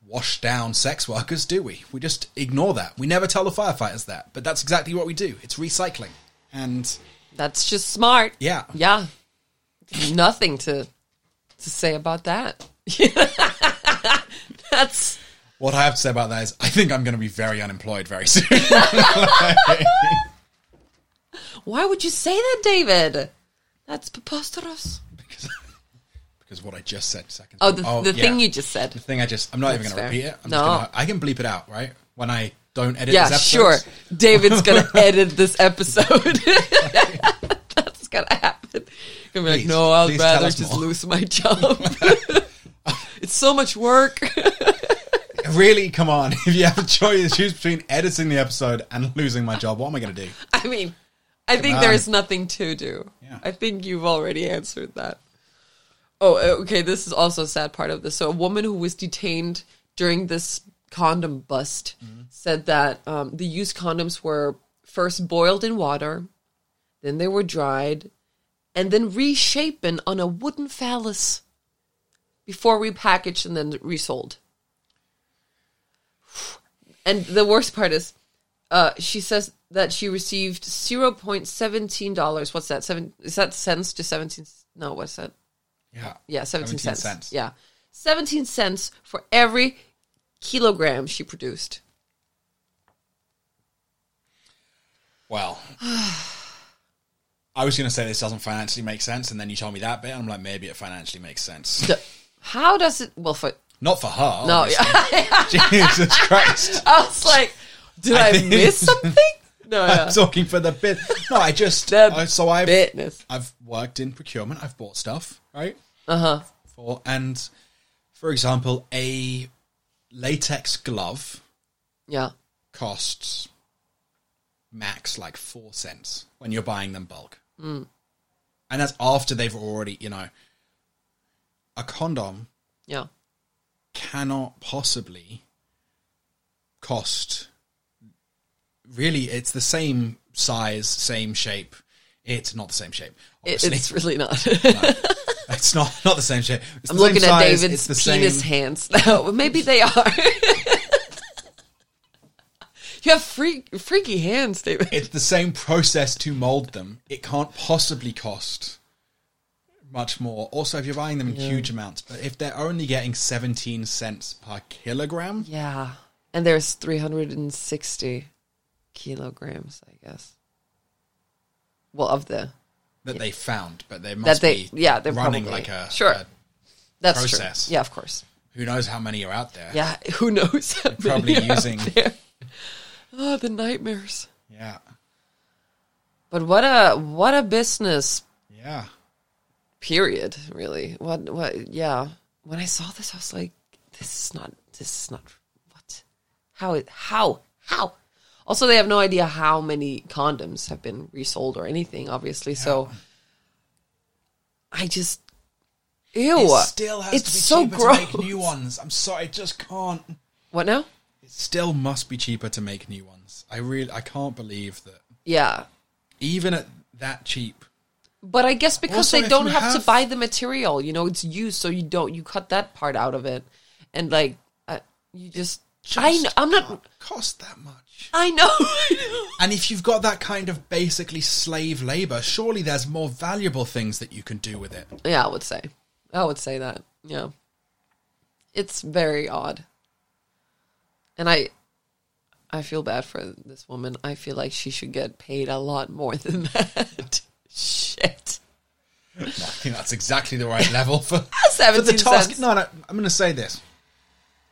Speaker 2: wash down sex workers, do we? We just ignore that. We never tell the firefighters that, but that's exactly what we do. It's recycling. And
Speaker 1: That's just smart.
Speaker 2: yeah,
Speaker 1: Yeah. Nothing to to say about that. That's
Speaker 2: what I have to say about that is I think I'm going to be very unemployed very soon.
Speaker 1: why would you say that, David? That's preposterous.
Speaker 2: because, because what I just said seconds
Speaker 1: Oh, the, the
Speaker 2: yeah.
Speaker 1: thing you just said.
Speaker 2: The thing I just, I'm not even
Speaker 1: That's
Speaker 2: going to
Speaker 1: fair.
Speaker 2: repeat it. I'm
Speaker 1: No.
Speaker 2: just gonna, I can bleep it out, right? When I don't edit
Speaker 1: Yeah,
Speaker 2: these
Speaker 1: sure.
Speaker 2: episodes.
Speaker 1: David's gonna edit this episode. That's gonna happen. Gonna be like,
Speaker 2: Please,
Speaker 1: no, I'd
Speaker 2: please tell
Speaker 1: rather
Speaker 2: us
Speaker 1: just
Speaker 2: more."
Speaker 1: lose my job. so much work.
Speaker 2: Really, come on. If you have a choice, choose between editing the episode and losing my job, what am I going to do?
Speaker 1: I mean, I think
Speaker 2: on.
Speaker 1: there is nothing to do.
Speaker 2: Yeah.
Speaker 1: I think you've already answered that. Oh, uh, okay. This is also a sad part of this. So, a woman who was detained during this condom bust
Speaker 2: Mm-hmm.
Speaker 1: said that um, the used condoms were first boiled in water, then they were dried, and then reshapen on a wooden phallus before repackaged and then resold. And the worst part is, uh, she says that she received zero point seventeen dollars. What's that? Seven? Is that cents to seventeen? No, what's that?
Speaker 2: Yeah.
Speaker 1: Yeah, seventeen,
Speaker 2: 17
Speaker 1: cents.
Speaker 2: cents.
Speaker 1: Yeah, seventeen cents for every kilogram she produced.
Speaker 2: Well, I was going to say this doesn't financially make sense, and then you told me that bit, and I'm like, maybe it financially makes sense.
Speaker 1: The- How does it? Well, for
Speaker 2: Not for her.
Speaker 1: no,
Speaker 2: obviously. Jesus Christ.
Speaker 1: I was like, did I,
Speaker 2: I think-
Speaker 1: miss something? No,
Speaker 2: I'm
Speaker 1: Oh, yeah.
Speaker 2: talking for the bit. No, I just.
Speaker 1: The
Speaker 2: I- so I've,
Speaker 1: business.
Speaker 2: I've worked in procurement, I've bought stuff, right?
Speaker 1: Uh huh.
Speaker 2: for and for example a latex glove
Speaker 1: Yeah.
Speaker 2: costs max like four cents when you're buying them bulk
Speaker 1: Hmm.
Speaker 2: and that's after they've already you know a condom
Speaker 1: Yeah.
Speaker 2: cannot possibly cost really it's the same size same shape it's not the same shape
Speaker 1: It,
Speaker 2: obviously.
Speaker 1: it's really not.
Speaker 2: it's not not the same shape It's
Speaker 1: I'm
Speaker 2: the same
Speaker 1: looking at
Speaker 2: size,
Speaker 1: David's
Speaker 2: it's the same-
Speaker 1: penis hands. No, maybe they are. you have freak, freaky hands, David.
Speaker 2: it's the same process to mold them. It can't possibly cost much more. Also, if you're buying them in huge amounts, but if they're only getting 17 cents per kilogram,
Speaker 1: Yeah, and there's 360 kilograms, I guess. Well, of the
Speaker 2: that they found, but they must
Speaker 1: they-
Speaker 2: be
Speaker 1: yeah, they're
Speaker 2: running
Speaker 1: probably-
Speaker 2: like a,
Speaker 1: sure.
Speaker 2: a-
Speaker 1: that's
Speaker 2: Process.
Speaker 1: true. Yeah, of course.
Speaker 2: who knows how many are out there.
Speaker 1: Yeah, who knows? how
Speaker 2: probably
Speaker 1: many are out
Speaker 2: using-
Speaker 1: there. Oh, the nightmares.
Speaker 2: Yeah.
Speaker 1: But what a what a business
Speaker 2: Yeah.
Speaker 1: period really what what yeah when i saw this i was like this is not this is not what how it how how also they have no idea how many condoms have been resold or anything obviously so i just ew
Speaker 2: It still has
Speaker 1: it's
Speaker 2: to be
Speaker 1: so
Speaker 2: cheaper
Speaker 1: gross
Speaker 2: to make new ones. I'm sorry, I just can't.
Speaker 1: what now
Speaker 2: It still must be cheaper to make new ones. I really, I can't believe that
Speaker 1: yeah
Speaker 2: even at that cheap,
Speaker 1: but i guess because
Speaker 2: Also,
Speaker 1: they
Speaker 2: if
Speaker 1: don't
Speaker 2: you
Speaker 1: have, to
Speaker 2: have-
Speaker 1: buy the material you know it's used so you don't you cut that part out of it and like I, you just, I
Speaker 2: just
Speaker 1: know, i'm not
Speaker 2: can't cost that much.
Speaker 1: I know, I know
Speaker 2: And if you've got that kind of basically slave labor, surely there's more valuable things that you can do with it.
Speaker 1: Yeah, I would say. I would say that. Yeah. It's very odd. And I I feel bad for this woman. I feel like she should get paid a lot more than that. Shit.
Speaker 2: I think that's exactly the right level for, for
Speaker 1: 17
Speaker 2: the task.
Speaker 1: cents.
Speaker 2: No, no, I'm going to say this.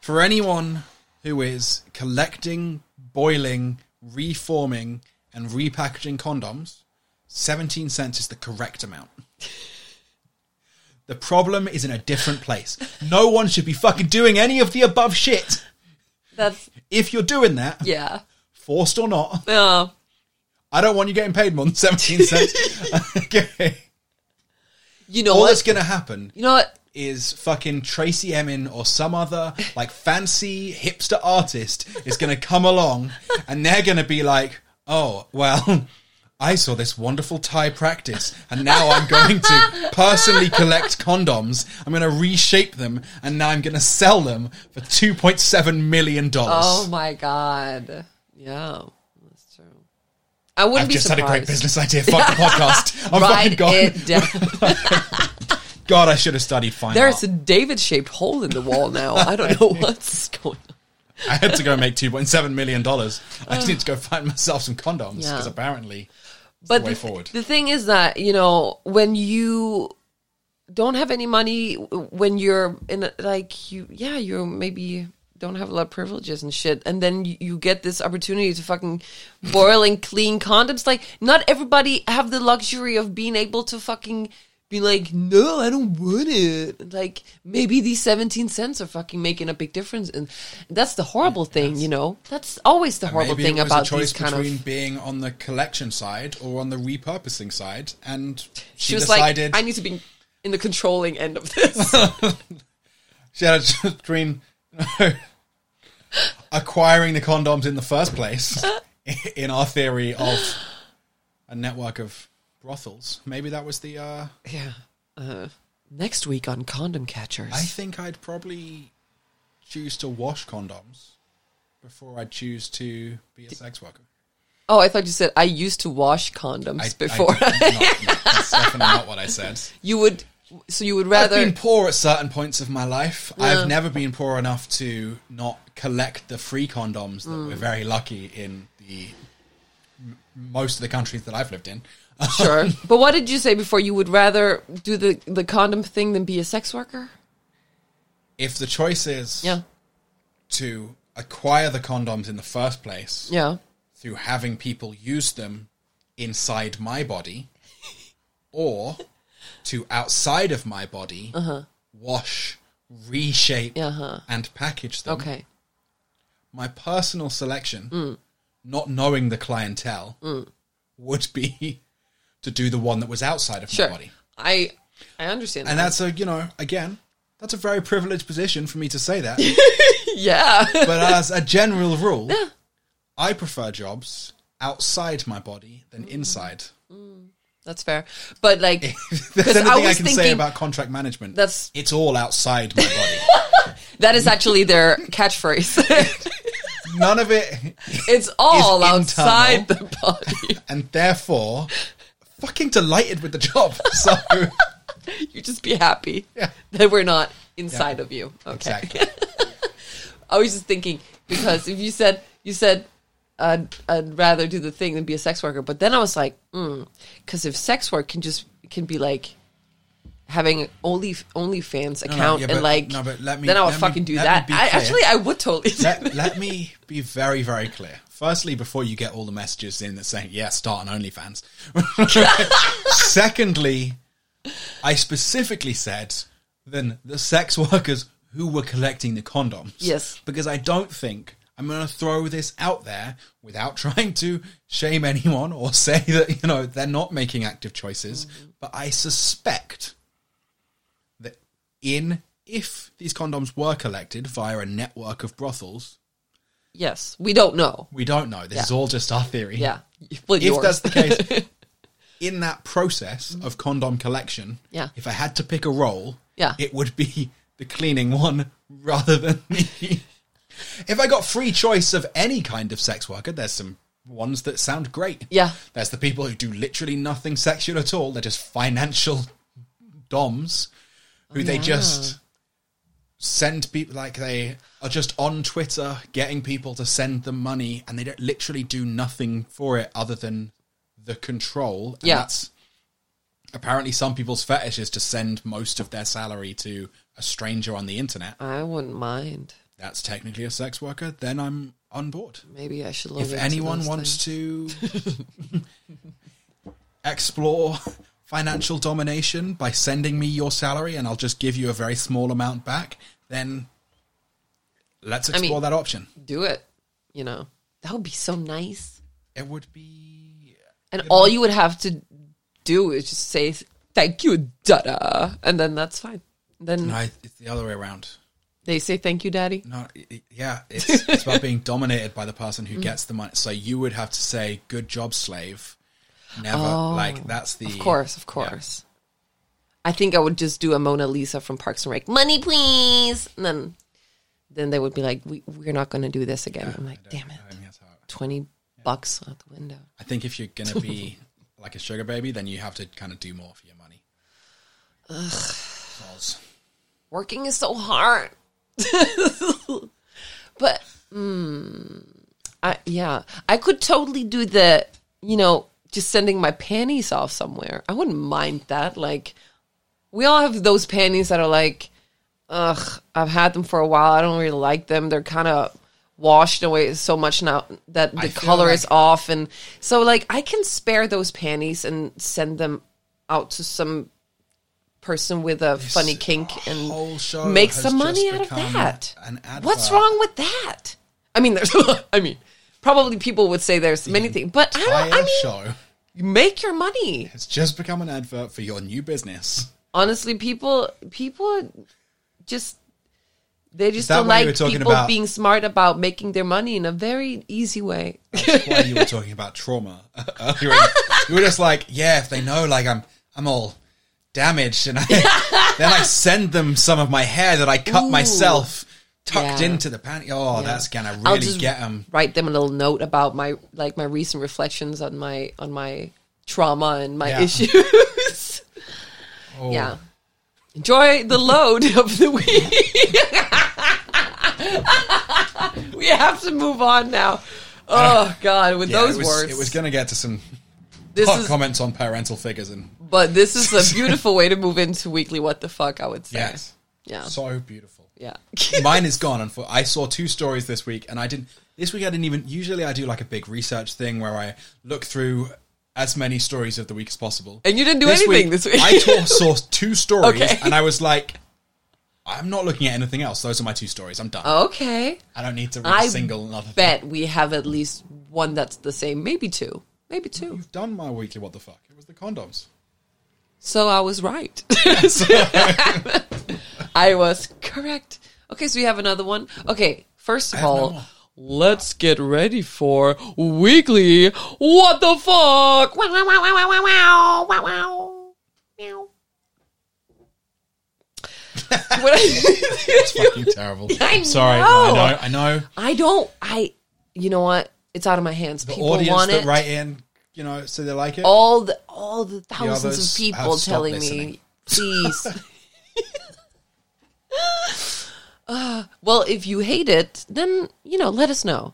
Speaker 2: For anyone who is collecting, boiling, reforming, and repackaging condoms, 17 cents is the correct amount. The problem is in a different place. No one should be fucking doing any of the above shit.
Speaker 1: That's
Speaker 2: If you're doing that,
Speaker 1: yeah.
Speaker 2: forced or not,
Speaker 1: Uh,
Speaker 2: I don't want you getting paid more than 17 cents. okay.
Speaker 1: you know
Speaker 2: All
Speaker 1: what?
Speaker 2: that's going to happen
Speaker 1: you know what?
Speaker 2: is fucking Tracy Emin or some other like fancy hipster artist is going to come along and they're going to be like, oh, well, I saw this wonderful Thai practice and now I'm going to personally collect condoms. I'm going to reshape them and now I'm going to sell them for $2.7 million.
Speaker 1: Oh my god. Yeah. That's true. I wouldn't
Speaker 2: I've
Speaker 1: be
Speaker 2: just
Speaker 1: surprised.
Speaker 2: had a great business idea. Fuck the podcast. I'm fucking
Speaker 1: Write
Speaker 2: gone.
Speaker 1: it down.
Speaker 2: God, I should have studied fine
Speaker 1: There's
Speaker 2: art.
Speaker 1: a David shaped hole in the wall now. I don't know what's going on.
Speaker 2: I had to go make two point seven million dollars. I just need to go find myself some condoms
Speaker 1: Uh. Yeah.
Speaker 2: because apparently,
Speaker 1: but
Speaker 2: way
Speaker 1: the, th-
Speaker 2: forward.
Speaker 1: the thing is that you know when you don't have any money w- when you're in a, like you yeah you're maybe don't have a lot of privileges and shit and then you, you get this opportunity to fucking boil and clean condoms like not everybody have the luxury of being able to fucking be like, no, I don't want it. And, Like maybe these 17 cents are fucking making a big difference. And that's the horrible thing, you know? That's always the horrible
Speaker 2: Maybe
Speaker 1: thing
Speaker 2: it was
Speaker 1: about
Speaker 2: a choice
Speaker 1: these kind
Speaker 2: between
Speaker 1: of.
Speaker 2: being on the collection side or on the repurposing side, and she,
Speaker 1: She was
Speaker 2: decided
Speaker 1: like, I need to be in the controlling end of this.
Speaker 2: she had a choice between no, acquiring the condoms in the first place. in our theory of a network of brothels, maybe that was the. Uh,
Speaker 1: yeah. Uh, next week on Condom Catchers.
Speaker 2: I think I'd probably choose to wash condoms before I choose to be a sex worker.
Speaker 1: oh, I thought you said I used to wash condoms
Speaker 2: I,
Speaker 1: before.
Speaker 2: I, not, no, that's definitely not what I said.
Speaker 1: you would. So you would
Speaker 2: I've
Speaker 1: rather.
Speaker 2: been poor at certain points of my life. I've never been poor enough to not collect the free condoms that
Speaker 1: Mm.
Speaker 2: we're very lucky in the m- most of the countries that I've lived in.
Speaker 1: Sure. but what did you say before? You would rather do the, the condom thing than be a sex worker?
Speaker 2: If the choice is
Speaker 1: Yeah.
Speaker 2: to acquire the condoms in the first place
Speaker 1: Yeah.
Speaker 2: through having people use them inside my body, or to outside of my body wash, reshape,
Speaker 1: Uh-huh.
Speaker 2: and package them.
Speaker 1: Okay. Mm.
Speaker 2: my personal selection, not knowing the clientele, would be to do the one that was outside of
Speaker 1: Sure.
Speaker 2: my body.
Speaker 1: I I understand
Speaker 2: And
Speaker 1: that.
Speaker 2: that's a, you know, again, that's a very privileged position for me to say that.
Speaker 1: yeah.
Speaker 2: but as a general rule, I prefer jobs outside my body than
Speaker 1: Mm.
Speaker 2: inside.
Speaker 1: That's fair. But like
Speaker 2: If
Speaker 1: Because
Speaker 2: there's
Speaker 1: I
Speaker 2: anything I,
Speaker 1: was
Speaker 2: can say
Speaker 1: thinking-
Speaker 2: about contract management,
Speaker 1: That's-
Speaker 2: it's all outside my body.
Speaker 1: that is actually their catchphrase.
Speaker 2: None of it
Speaker 1: it's all
Speaker 2: Is
Speaker 1: outside the body.
Speaker 2: and therefore fucking delighted with the job. So
Speaker 1: You just be happy
Speaker 2: Yeah.
Speaker 1: that we're not inside of you. Okay.
Speaker 2: exactly.
Speaker 1: I was just thinking because if you said you said I'd, I'd rather do the thing than be a sex worker, but then I was like, because if sex work can just can be like having only OnlyFans account
Speaker 2: yeah,
Speaker 1: and
Speaker 2: but-
Speaker 1: like
Speaker 2: no, but let me-
Speaker 1: then I would
Speaker 2: let me-
Speaker 1: fucking do
Speaker 2: let me
Speaker 1: that.
Speaker 2: be
Speaker 1: I,
Speaker 2: clear.
Speaker 1: actually, I would totally. do that.
Speaker 2: let, let me be very, very clear. Firstly, before you get all the messages in that saying, yeah, start on OnlyFans. Secondly, I specifically said then the sex workers who were collecting the condoms.
Speaker 1: Yes.
Speaker 2: Because I don't think I'm going to throw this out there without trying to shame anyone or say that, you know, they're not making active choices.
Speaker 1: Mm-hmm.
Speaker 2: But I suspect that in if these condoms were collected via a network of brothels,
Speaker 1: Yes, we don't know.
Speaker 2: we don't know. This
Speaker 1: Yeah.
Speaker 2: is all just our theory.
Speaker 1: Yeah, well,
Speaker 2: If
Speaker 1: yours.
Speaker 2: that's the case, in that process of condom collection,
Speaker 1: Yeah.
Speaker 2: if I had to pick a role,
Speaker 1: Yeah.
Speaker 2: it would be the cleaning one rather than the. if I got free choice of any kind of sex worker, there's some ones that sound great.
Speaker 1: Yeah.
Speaker 2: There's the people who do literally nothing sexual at all. They're just financial doms who they just send people like they are just on Twitter getting people to send them money and they don't literally do nothing for it other than the control. And
Speaker 1: Yeah.
Speaker 2: That's, apparently, some people's fetish is to send most of their salary to a stranger on the internet.
Speaker 1: I wouldn't mind.
Speaker 2: That's technically a sex worker. Then I'm on board.
Speaker 1: Maybe I should look.
Speaker 2: If anyone wants to explore financial domination by sending me your salary and I'll just give you a very small amount back, then let's
Speaker 1: mean-
Speaker 2: explore that option.
Speaker 1: to do it, you know, that would be so nice.
Speaker 2: It would be
Speaker 1: And all you would have to do is just say thank you, Dada, and then that's fine. Then
Speaker 2: no, it's the other way around.
Speaker 1: they say thank you, Daddy.
Speaker 2: No, i- i- yeah, it's, it's about being dominated by the person
Speaker 1: Mm.
Speaker 2: who gets the money. So you would have to say "good job, slave." Never like that's the
Speaker 1: Oh, Of course, of course. I think I would just do a Mona Lisa from Parks and Rec. Money, please. And then, then they would be like, we, "We're not going to do this again." I'm like, "Damn it,
Speaker 2: I think that's how it-
Speaker 1: twenty bucks out the window."
Speaker 2: I think if you're gonna be like a sugar baby, then you have to kind of do more for your money. Soz.
Speaker 1: Working is so hard. but mm, I yeah, I could totally do the you know just sending my panties off somewhere. I wouldn't mind that. Like we all have those panties that are like, ugh, I've had them for a while. I don't really like them. They're kind of washed away so much now that the
Speaker 2: feel
Speaker 1: color is
Speaker 2: like-
Speaker 1: off, and so like I can spare those panties and send them out to some person with a funny kink
Speaker 2: whole
Speaker 1: and
Speaker 2: show
Speaker 1: make
Speaker 2: has
Speaker 1: some money
Speaker 2: just
Speaker 1: out of
Speaker 2: become
Speaker 1: that.
Speaker 2: an advert.
Speaker 1: What's wrong with that? I mean, there's. I mean, probably people would say there's many things, but I
Speaker 2: Buy
Speaker 1: don't.
Speaker 2: a
Speaker 1: I mean,
Speaker 2: show
Speaker 1: make your money.
Speaker 2: has just become an advert for your new business.
Speaker 1: Honestly, people people just they just
Speaker 2: that
Speaker 1: don't
Speaker 2: what you
Speaker 1: like
Speaker 2: were talking
Speaker 1: people
Speaker 2: about?
Speaker 1: being smart about making their money in a very easy way.
Speaker 2: That's why you were talking about trauma earlier. on. You were just like, yeah, if they know, like I'm, I'm all damaged, and I, then I send them some of my hair that I cut
Speaker 1: Ooh.
Speaker 2: myself, tucked
Speaker 1: Yeah.
Speaker 2: into the panty. Oh, that's gonna
Speaker 1: I'll
Speaker 2: really
Speaker 1: just
Speaker 2: get them.
Speaker 1: Write them a little note about my like my recent reflections on my on my trauma and my
Speaker 2: Yeah.
Speaker 1: issues. Yeah. Enjoy the load of the week. we have to move on now. Oh God, with those
Speaker 2: it was,
Speaker 1: words,
Speaker 2: It was gonna get to some
Speaker 1: this
Speaker 2: hot
Speaker 1: is,
Speaker 2: comments on parental figures, and
Speaker 1: but this is a beautiful way to move into weekly. What the fuck? I would say,
Speaker 2: yes,
Speaker 1: yeah,
Speaker 2: so beautiful.
Speaker 1: yeah.
Speaker 2: Mine is gone. Unfor- I saw two stories this week, and I didn't. This week I didn't even. Usually I do like a big research thing where I look through as many stories of the week as possible.
Speaker 1: And you didn't do anything this week.
Speaker 2: I tore, saw two stories,
Speaker 1: Okay.
Speaker 2: and I was like, I'm not looking at anything else. Those are my two stories. I'm done.
Speaker 1: okay,
Speaker 2: I don't need to read
Speaker 1: Oh. I
Speaker 2: a single another. thing.
Speaker 1: bet we have at least one that's the same. Maybe two. Maybe two.
Speaker 2: You've done my weekly. What the fuck? It was the condoms.
Speaker 1: So I was right. I was correct. Okay, so we have another one. Okay, first of
Speaker 2: have
Speaker 1: all,
Speaker 2: no more.
Speaker 1: let's get ready for weekly what the fuck. Wow, wow, wow, wow, wow, wow, wow, wow. Meow. When I-
Speaker 2: It's fucking terrible.
Speaker 1: I
Speaker 2: I'm sorry.
Speaker 1: know.
Speaker 2: I know. I know.
Speaker 1: I don't. I. You know what? It's out of my hands.
Speaker 2: The
Speaker 1: People
Speaker 2: audience
Speaker 1: want
Speaker 2: that
Speaker 1: it.
Speaker 2: write in, you know, so they like it.
Speaker 1: all the all the thousands
Speaker 2: others
Speaker 1: of
Speaker 2: have
Speaker 1: people
Speaker 2: stopped
Speaker 1: telling
Speaker 2: listening.
Speaker 1: me, please. Uh, well, if you hate it, then you know, let us know,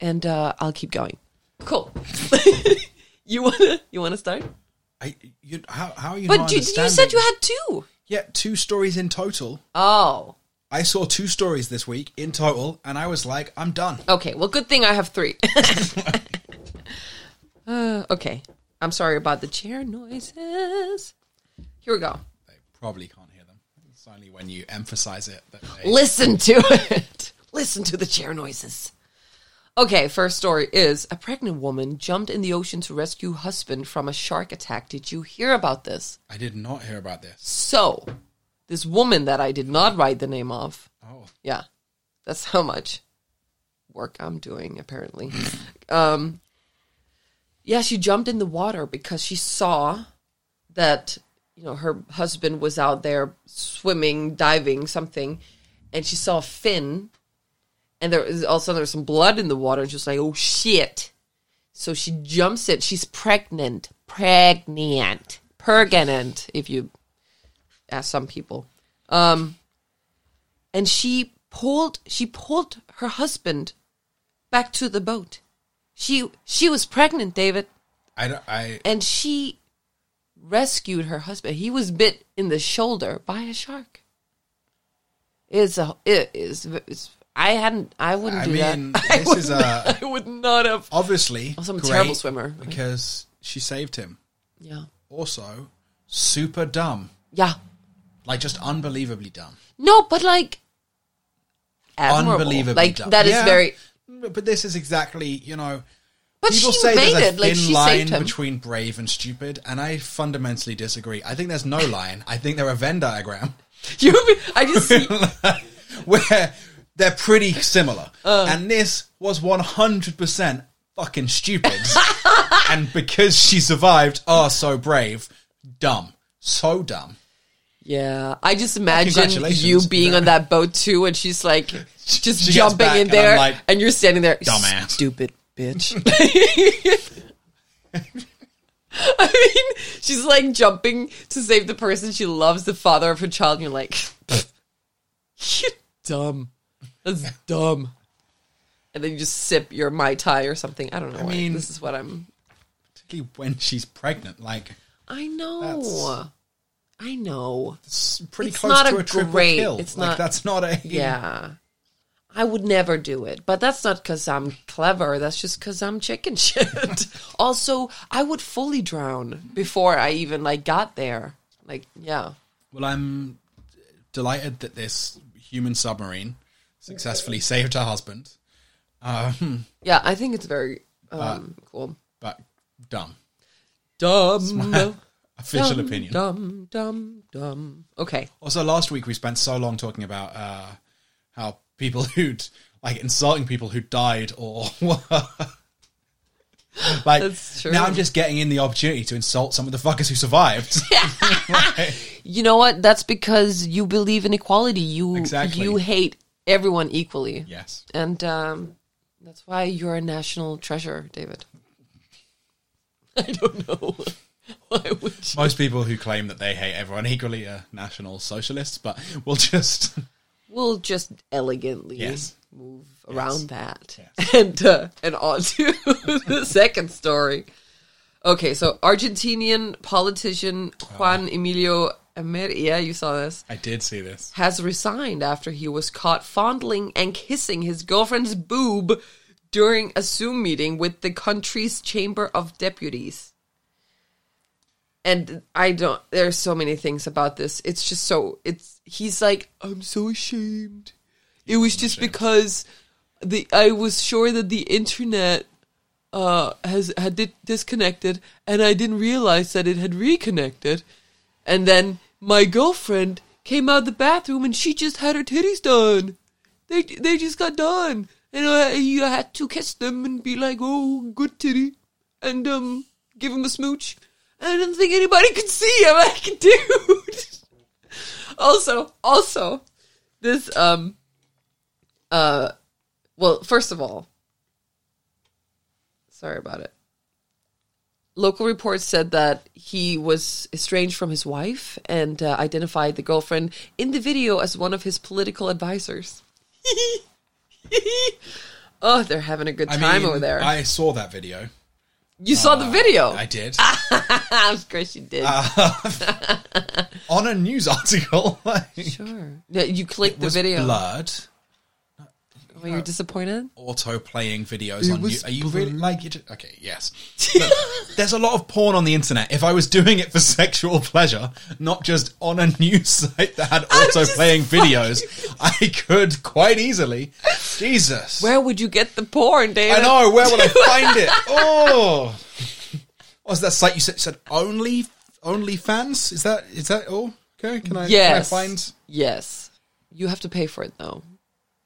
Speaker 1: and uh, I'll keep going. Cool. you wanna you wanna start?
Speaker 2: I, you, how, how are you?
Speaker 1: But
Speaker 2: not
Speaker 1: you, you said
Speaker 2: understanding?
Speaker 1: you had two.
Speaker 2: Yeah, two stories in total.
Speaker 1: Oh,
Speaker 2: I saw two stories this week in total, and I was like, I'm done.
Speaker 1: okay. Well, good thing I have three. uh, okay, I'm sorry about the chair noises. Here we go.
Speaker 2: They probably can't hear them. It's only when you emphasize it that they.
Speaker 1: Listen to it. Listen to the chair noises. Okay, first story is a pregnant woman jumped in the ocean to rescue husband from a shark attack. Did you hear about this?
Speaker 2: I did not hear about this.
Speaker 1: So, this woman that I did not write the name of.
Speaker 2: Oh,
Speaker 1: Yeah. That's how much work I'm doing apparently. um Yeah, she jumped in the water because she saw that you know her husband was out there swimming, diving, something, and she saw a fin, and there was all of a sudden there was some blood in the water, and she was like, "Oh shit!" So she jumps in. She's pregnant, pregnant, pregnant. If you ask some people, um, and she pulled she pulled her husband back to the boat. She she was pregnant, David
Speaker 2: I don't. I
Speaker 1: and she rescued her husband. He was bit in the shoulder by a shark. It's a it is it's, I hadn't I wouldn't
Speaker 2: I
Speaker 1: do
Speaker 2: mean,
Speaker 1: that. I
Speaker 2: this is
Speaker 1: would
Speaker 2: a
Speaker 1: not- I would not have.
Speaker 2: obviously
Speaker 1: I'm a
Speaker 2: great
Speaker 1: terrible swimmer.
Speaker 2: because she saved him.
Speaker 1: Yeah,
Speaker 2: Also, super dumb,
Speaker 1: yeah.
Speaker 2: like just unbelievably dumb,
Speaker 1: No, but like admirable.
Speaker 2: unbelievably
Speaker 1: like
Speaker 2: dumb.
Speaker 1: that is
Speaker 2: Yeah,
Speaker 1: very.
Speaker 2: But this is exactly you know.
Speaker 1: But
Speaker 2: People
Speaker 1: she
Speaker 2: say there's a
Speaker 1: made
Speaker 2: thin
Speaker 1: it. Like she
Speaker 2: line
Speaker 1: saved him.
Speaker 2: between brave and stupid, and I fundamentally disagree. I think there's no line. I think they're a Venn diagram
Speaker 1: You, I just see
Speaker 2: where they're pretty similar.
Speaker 1: Uh.
Speaker 2: and this was 100% fucking stupid. and because she survived, oh, so brave, dumb. So dumb.
Speaker 1: Yeah, I just imagine
Speaker 2: congratulations.
Speaker 1: you being on that boat too, and she's like just
Speaker 2: gets
Speaker 1: jumping
Speaker 2: back
Speaker 1: in
Speaker 2: and
Speaker 1: there,
Speaker 2: I'm
Speaker 1: and,
Speaker 2: like,
Speaker 1: you're standing there,
Speaker 2: "Dumbass."
Speaker 1: stupid bitch. I mean, she's like jumping to save the person she loves, the father of her child, and you're like, you dumb, that's dumb. And then you just sip your mai tai or something. I don't know. I
Speaker 2: mean-
Speaker 1: this is what I'm.
Speaker 2: Particularly when she's pregnant. Like,
Speaker 1: I know.
Speaker 2: That's-
Speaker 1: I know.
Speaker 2: it's pretty
Speaker 1: It's
Speaker 2: close
Speaker 1: not
Speaker 2: to
Speaker 1: a
Speaker 2: a triple
Speaker 1: great-
Speaker 2: kill.
Speaker 1: it's
Speaker 2: like,
Speaker 1: not-
Speaker 2: that's not a.
Speaker 1: Yeah. I would never do it, but that's not because I'm clever. That's just because I'm chicken shit. also, I would fully drown before I even like got there. Like, yeah,
Speaker 2: Well, I'm delighted that this human submarine successfully saved her husband,
Speaker 1: Yeah, I think it's very um, cool.
Speaker 2: but dumb.
Speaker 1: Dumb.
Speaker 2: Official
Speaker 1: dumb,
Speaker 2: opinion.
Speaker 1: Dumb, dumb, dumb. Okay.
Speaker 2: Also, last week we spent so long talking about uh, how people who'd like insulting people who died or were- like.
Speaker 1: That's true.
Speaker 2: Now I'm just getting in the opportunity to insult some of the fuckers who survived.
Speaker 1: You know what? That's because you believe in equality. You
Speaker 2: Exactly.
Speaker 1: you hate everyone equally.
Speaker 2: yes.
Speaker 1: And um, that's why you're a national treasure, David. I don't know. why would you?
Speaker 2: Most people who claim that they hate everyone equally are national socialists, but we'll just
Speaker 1: We'll just elegantly
Speaker 2: Yes.
Speaker 1: move around that and uh, and on to the second story. Okay, so Argentinian politician
Speaker 2: Oh.
Speaker 1: Juan Emilio Amer. Yeah, you saw this.
Speaker 2: I did see this.
Speaker 1: has resigned after he was caught fondling and kissing his girlfriend's boob during a Zoom meeting with the country's Chamber of Deputies. And I don't there's so many things about this. It's just so it's he's like I'm so ashamed. It was just because the I was sure that the internet uh, has had di- disconnected, and I didn't realize that it had reconnected. And then my girlfriend came out of the bathroom, and she just had her titties done. They they just got done, and I, you had to kiss them and be like, "Oh, good titty," and um, give him a smooch. And I didn't think anybody could see. I'm like, dude. also, also, this um, uh, well, first of all, Sorry about it. Local reports said that he was estranged from his wife and uh, identified the girlfriend in the video as one of his political advisors. oh, they're having a good
Speaker 2: I
Speaker 1: time
Speaker 2: mean,
Speaker 1: over there.
Speaker 2: I saw that video.
Speaker 1: you saw the video.
Speaker 2: I Uh, did
Speaker 1: Ah. of course you did.
Speaker 2: on a news article. like,
Speaker 1: sure. Yeah, you clicked the
Speaker 2: was Uh,
Speaker 1: video.
Speaker 2: blurred.
Speaker 1: Were you disappointed?
Speaker 2: auto playing videos on you.
Speaker 1: was
Speaker 2: Are you really like you? Just, okay, yes. Look, there's a lot of porn on the internet. If I was doing it for sexual pleasure, not just on a news site that had auto playing videos, I could quite easily. Jesus,
Speaker 1: Where would you get the porn, David?
Speaker 2: I know. Where will I find it? Oh, what's that site you said? Said only only fans. Is that is that all? Okay, can I,
Speaker 1: Yes.
Speaker 2: can I find?
Speaker 1: Yes. You have to pay for it, though.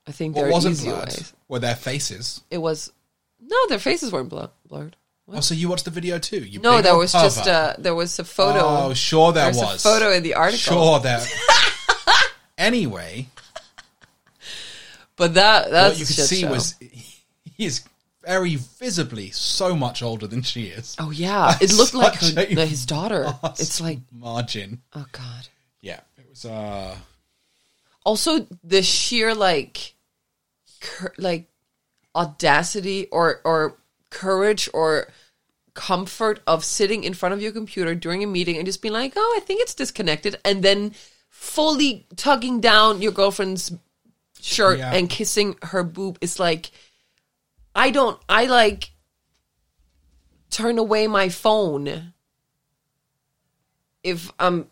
Speaker 1: I think there
Speaker 2: What
Speaker 1: are
Speaker 2: wasn't
Speaker 1: easy
Speaker 2: blurred
Speaker 1: ways.
Speaker 2: were their faces.
Speaker 1: It was no, their faces weren't blur- blurred.
Speaker 2: Oh, so you watched the video too? You
Speaker 1: No,
Speaker 2: big
Speaker 1: there
Speaker 2: old
Speaker 1: was just
Speaker 2: pervert.
Speaker 1: a, there was a photo.
Speaker 2: Oh, sure there
Speaker 1: There's
Speaker 2: was.
Speaker 1: a photo in the article.
Speaker 2: Sure there. anyway,
Speaker 1: But that
Speaker 2: what
Speaker 1: that's
Speaker 2: you
Speaker 1: a
Speaker 2: could
Speaker 1: shit
Speaker 2: see
Speaker 1: show.
Speaker 2: was he is very visibly so much older than she is.
Speaker 1: oh yeah, it looked like her,
Speaker 2: such a
Speaker 1: no, his daughter. It's like
Speaker 2: margin.
Speaker 1: oh god.
Speaker 2: Yeah, it was. uh
Speaker 1: Also, the sheer like, cur- like audacity or or courage or comfort of sitting in front of your computer during a meeting and just being like, oh, I think it's disconnected, and then fully tugging down your girlfriend's shirt
Speaker 2: Yeah.
Speaker 1: and kissing her boob is like I don't I like turn away my phone if I'm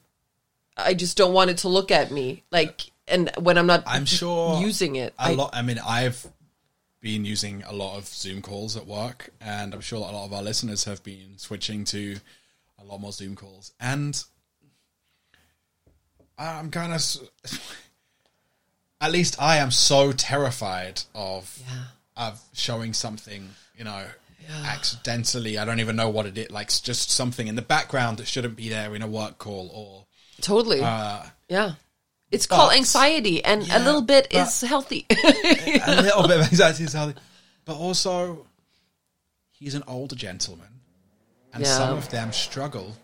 Speaker 1: I just don't want it to look at me like and when I'm not
Speaker 2: I'm sure
Speaker 1: using it
Speaker 2: A
Speaker 1: I,
Speaker 2: lot. I mean, I've been using a lot of Zoom calls at work, and I'm sure a lot of our listeners have been switching to a lot more Zoom calls. And I'm kind of, at least I am so terrified of of showing something, you know. accidentally i don't even know what it is like just something in the background that shouldn't be there in a work call or
Speaker 1: totally
Speaker 2: uh
Speaker 1: yeah it's called
Speaker 2: but-
Speaker 1: anxiety and a
Speaker 2: Yeah,
Speaker 1: little bit
Speaker 2: but-
Speaker 1: is healthy
Speaker 2: a little bit of anxiety is healthy. But also, he's an older gentleman, and
Speaker 1: Yeah.
Speaker 2: some of them struggle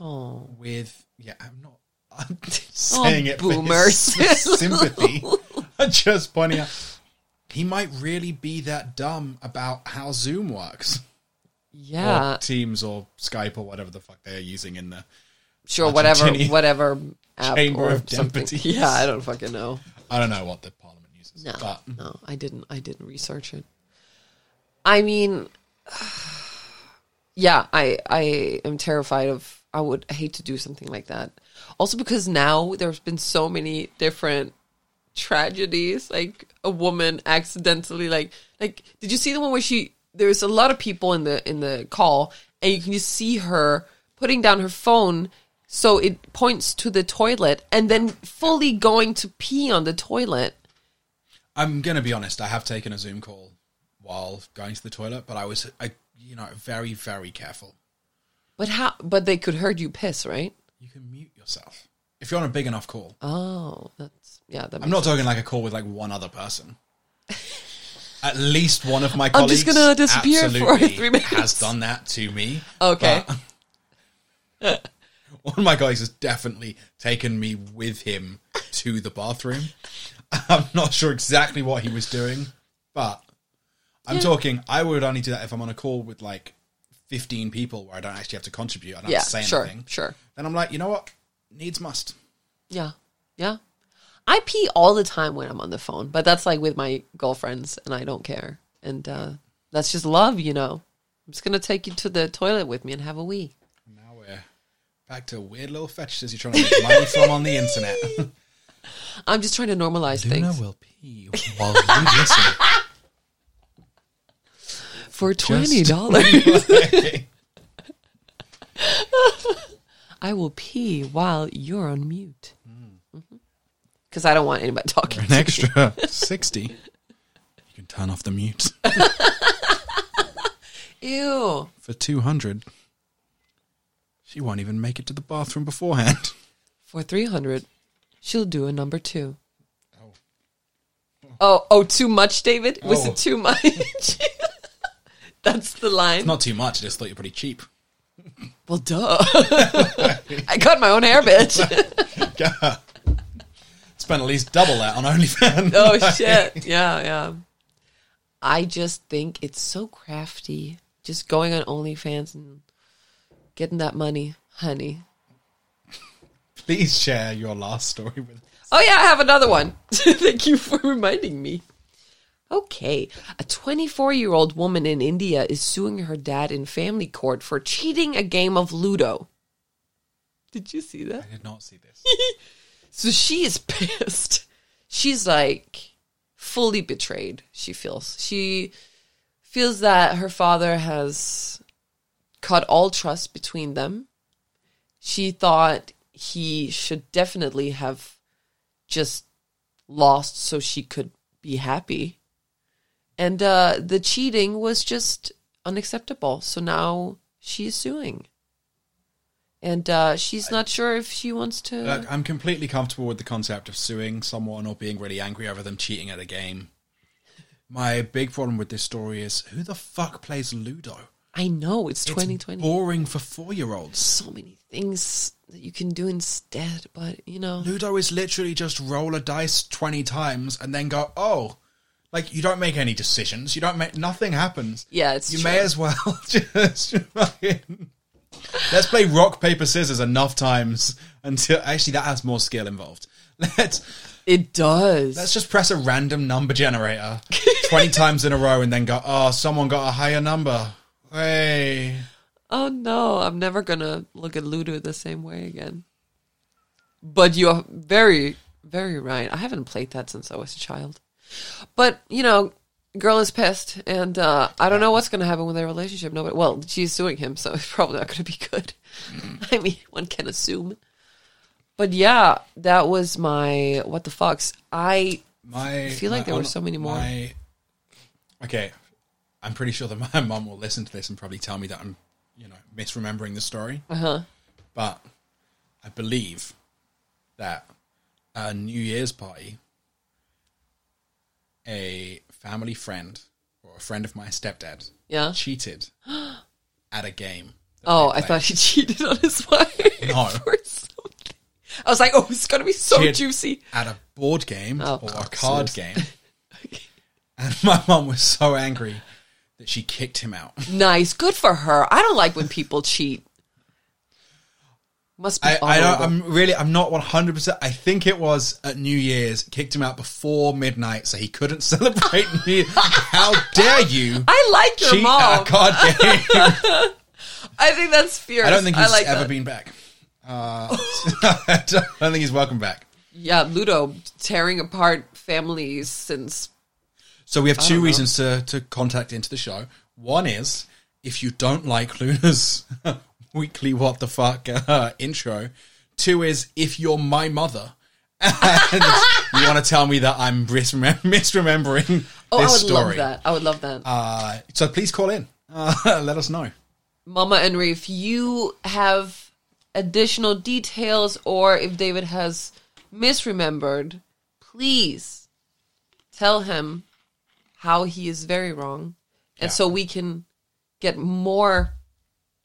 Speaker 1: oh
Speaker 2: with. Yeah, I'm not. I'm saying it
Speaker 1: boomers.
Speaker 2: for his sympathy. I'm just pointing out he might really be that dumb about how Zoom works,
Speaker 1: yeah
Speaker 2: or Teams, or Skype, or whatever the fuck they are using in the.
Speaker 1: sure whatever
Speaker 2: Argentinian
Speaker 1: whatever app
Speaker 2: Chamber
Speaker 1: or
Speaker 2: of
Speaker 1: something.
Speaker 2: Deputies.
Speaker 1: yeah I don't fucking know
Speaker 2: I don't know what the Parliament uses,
Speaker 1: No,
Speaker 2: but
Speaker 1: no, I didn't. I didn't research it. I mean, yeah, I I am terrified of I would hate to do something like that. Also because now there's been so many different tragedies, like a woman accidentally like like did you see the one where she there's a lot of people in the in the call and you can just see her putting down her phone so it points to the toilet and then fully going to pee on the toilet.
Speaker 2: I'm gonna be honest. I have taken a Zoom call while going to the toilet, but I was, I, you know, very, very careful.
Speaker 1: But how but they could heard you piss, right?
Speaker 2: You can mute yourself if you're on a big enough call.
Speaker 1: Oh, that's yeah, that
Speaker 2: I'm
Speaker 1: makes
Speaker 2: not talking like a call with like one other person. At least one of my
Speaker 1: I'm
Speaker 2: colleagues
Speaker 1: just gonna disappear for
Speaker 2: absolutely
Speaker 1: three minutes.
Speaker 2: has done that to me.
Speaker 1: Okay.
Speaker 2: But one of my colleagues has definitely taken me with him to the bathroom. I'm not sure exactly what he was doing, but I'm talking. I would only do that if I'm on a call with like 15 people where I don't actually have to contribute. I don't
Speaker 1: yeah,
Speaker 2: have to say
Speaker 1: sure,
Speaker 2: anything.
Speaker 1: sure.
Speaker 2: Then I'm like, you know what? Needs must.
Speaker 1: Yeah. Yeah. I pee all the time when I'm on the phone, but that's like with my girlfriends and I don't care. And uh, that's just love, you know. I'm just going to take you to the toilet with me and have a wee.
Speaker 2: Now we're back to weird little fetishes you're trying to make money from on the internet.
Speaker 1: I'm just trying to normalize things.
Speaker 2: will pee while you listen.
Speaker 1: For
Speaker 2: Just-
Speaker 1: $20,
Speaker 2: Okay.
Speaker 1: I will pee while you're on mute.
Speaker 2: Hmm.
Speaker 1: Because I don't want anybody talking.
Speaker 2: An extra 60. You can turn off the mute
Speaker 1: Ew.
Speaker 2: for 200. She won't even make it to the bathroom beforehand.
Speaker 1: For 300 she'll do a number two. Oh, oh, too much, David? Was
Speaker 2: Oh.
Speaker 1: it too much? That's the line.
Speaker 2: Not too much, I just thought you're pretty cheap.
Speaker 1: Well, duh. I cut my own hair, bitch.
Speaker 2: Yeah. Spent at least double that on OnlyFans.
Speaker 1: oh shit. Yeah, yeah. I just think it's so crafty. Just going on OnlyFans and getting that money, honey.
Speaker 2: Please share your last story with us.
Speaker 1: Oh yeah, I have another one. Thank you for reminding me. Okay, a 24-year-old woman in India is suing her dad in family court for cheating a game of Ludo. Did you see that?
Speaker 2: I did not see this.
Speaker 1: So she is pissed. She's like fully betrayed, she feels. She feels that her father has cut all trust between them. She thought he should definitely have just lost so she could be happy. And uh, the cheating was just unacceptable. So now she is suing. And uh, she's not sure if she wants to.
Speaker 2: Look, I'm completely comfortable with the concept of suing someone or being really angry over them cheating at a game. My big problem with this story is who the fuck plays Ludo?
Speaker 1: I know it's
Speaker 2: It's
Speaker 1: 2020.
Speaker 2: boring for four year olds.
Speaker 1: so many things that you can do instead, but you know,
Speaker 2: Ludo is literally just roll a dice 20 times and then go, oh. Like, you don't make any decisions. You don't make. Nothing happens.
Speaker 1: yeah, it's
Speaker 2: you
Speaker 1: true.
Speaker 2: may as well just. fucking- Let's play rock, paper, scissors enough times until. Actually, that has more skill involved. Let's.
Speaker 1: it does.
Speaker 2: Let's just press a random number generator 20 times in a row and then go, oh, someone got a higher number. Hey.
Speaker 1: oh no, I'm never gonna look at Ludo the same way again. But you're very, very right. I haven't played that since I was a child. But you know, girl is pissed, and uh, I don't know what's gonna happen with their relationship. Nobody, well, she's suing him, so it's probably not gonna be good. I mean, one can assume. But yeah, that was my what the fucks. I
Speaker 2: My, I
Speaker 1: feel like there were so many more.
Speaker 2: okay. I'm pretty sure that my mum will listen to this and probably tell me that I'm, you know, misremembering the story.
Speaker 1: uh huh.
Speaker 2: But I believe that a New Year's party, a family friend or a friend of my stepdad
Speaker 1: Yeah.
Speaker 2: cheated at a game. that
Speaker 1: Oh,
Speaker 2: they
Speaker 1: I
Speaker 2: played.
Speaker 1: thought he cheated on his wife.
Speaker 2: No.
Speaker 1: or something. I was like, oh, it's gonna be so
Speaker 2: Cheated.
Speaker 1: juicy.
Speaker 2: at a board game
Speaker 1: Oh,
Speaker 2: or
Speaker 1: oh,
Speaker 2: a card
Speaker 1: snooze.
Speaker 2: game. And my mum was so angry that she kicked him out.
Speaker 1: Nice, good for her. I don't like when people cheat. Must be
Speaker 2: I, I don't,
Speaker 1: honorable.
Speaker 2: I'm really, I'm not 100%. I think it was at New Year's, kicked him out before midnight, so he couldn't celebrate New Year. How dare you
Speaker 1: I like your
Speaker 2: cheat at
Speaker 1: mom.
Speaker 2: a card game?
Speaker 1: I think that's fierce.
Speaker 2: I don't think he's
Speaker 1: like
Speaker 2: ever
Speaker 1: that.
Speaker 2: been back. Uh, I don't think he's welcome back.
Speaker 1: Yeah, Ludo tearing apart families since.
Speaker 2: So we have two
Speaker 1: don't know.
Speaker 2: reasons to, to contact into the show. One is if you don't like Luna's weekly what the fuck uh, intro. Two is if you're my mother and you want to tell me that I'm misremem- misremembering
Speaker 1: Oh, I
Speaker 2: this
Speaker 1: would love
Speaker 2: story.
Speaker 1: that. I would love that.
Speaker 2: Uh, so please call in. Uh, let us know.
Speaker 1: Mama Henry, if you have additional details or if David has misremembered, please tell him how he is very wrong. And
Speaker 2: Yeah.
Speaker 1: so we can get more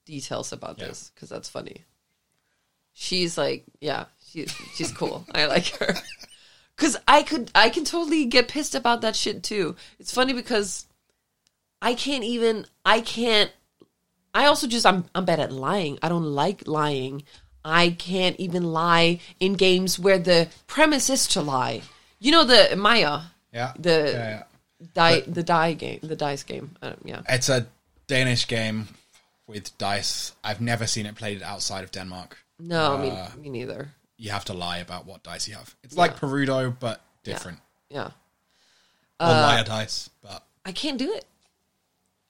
Speaker 1: details about this 'cause this because that's funny. She's like, yeah, she, she's cool. I like her. Cause I could, I can totally get pissed about that shit too. It's funny because I can't even, I can't I also just I'm I'm bad at lying. I don't like lying. I can't even lie in games where the premise is to lie. You know the Maya,
Speaker 2: Yeah.
Speaker 1: The-
Speaker 2: yeah, yeah.
Speaker 1: die the die game, the dice game. Um, yeah,
Speaker 2: It's a Danish game with dice. I've never seen it played outside of Denmark.
Speaker 1: no, me, me neither.
Speaker 2: You have to lie about what dice you have. It's like Perudo, but different.
Speaker 1: Yeah,
Speaker 2: Or
Speaker 1: Uh,
Speaker 2: liar dice, but
Speaker 1: I can't do it.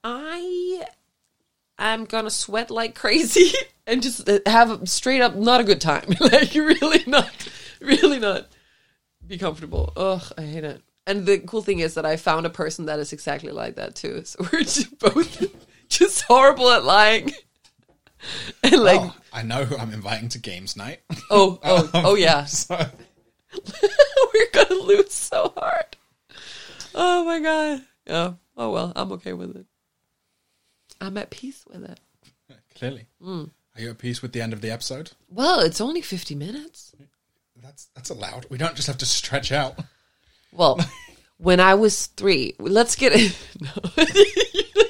Speaker 1: I am gonna sweat like crazy and just uh, have a straight up not a good time. like really not, really not be comfortable. Ugh, I hate it. And the cool thing is that I found a person that is exactly like that too. So we're just both just horrible at lying. and like,
Speaker 2: Oh, I know who I'm inviting to games night.
Speaker 1: oh, oh, oh yeah,
Speaker 2: so
Speaker 1: we're gonna lose so hard. Oh my god. Yeah. Oh well, I'm okay with it. I'm at peace with it.
Speaker 2: clearly,
Speaker 1: Hmm.
Speaker 2: are you at peace with the end of the episode?
Speaker 1: Well, it's only 50 minutes.
Speaker 2: That's that's allowed. We don't just have to stretch out.
Speaker 1: Well, when I was three, let's get it. No.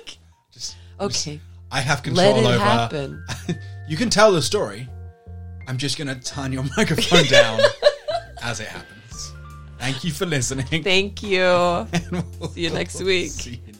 Speaker 2: Just
Speaker 1: okay,
Speaker 2: I have control
Speaker 1: let it
Speaker 2: over.
Speaker 1: happen.
Speaker 2: You can tell the story. I'm just gonna turn your microphone down as it happens. Thank you for listening.
Speaker 1: Thank you.
Speaker 2: And we'll
Speaker 1: See you next week.
Speaker 2: See you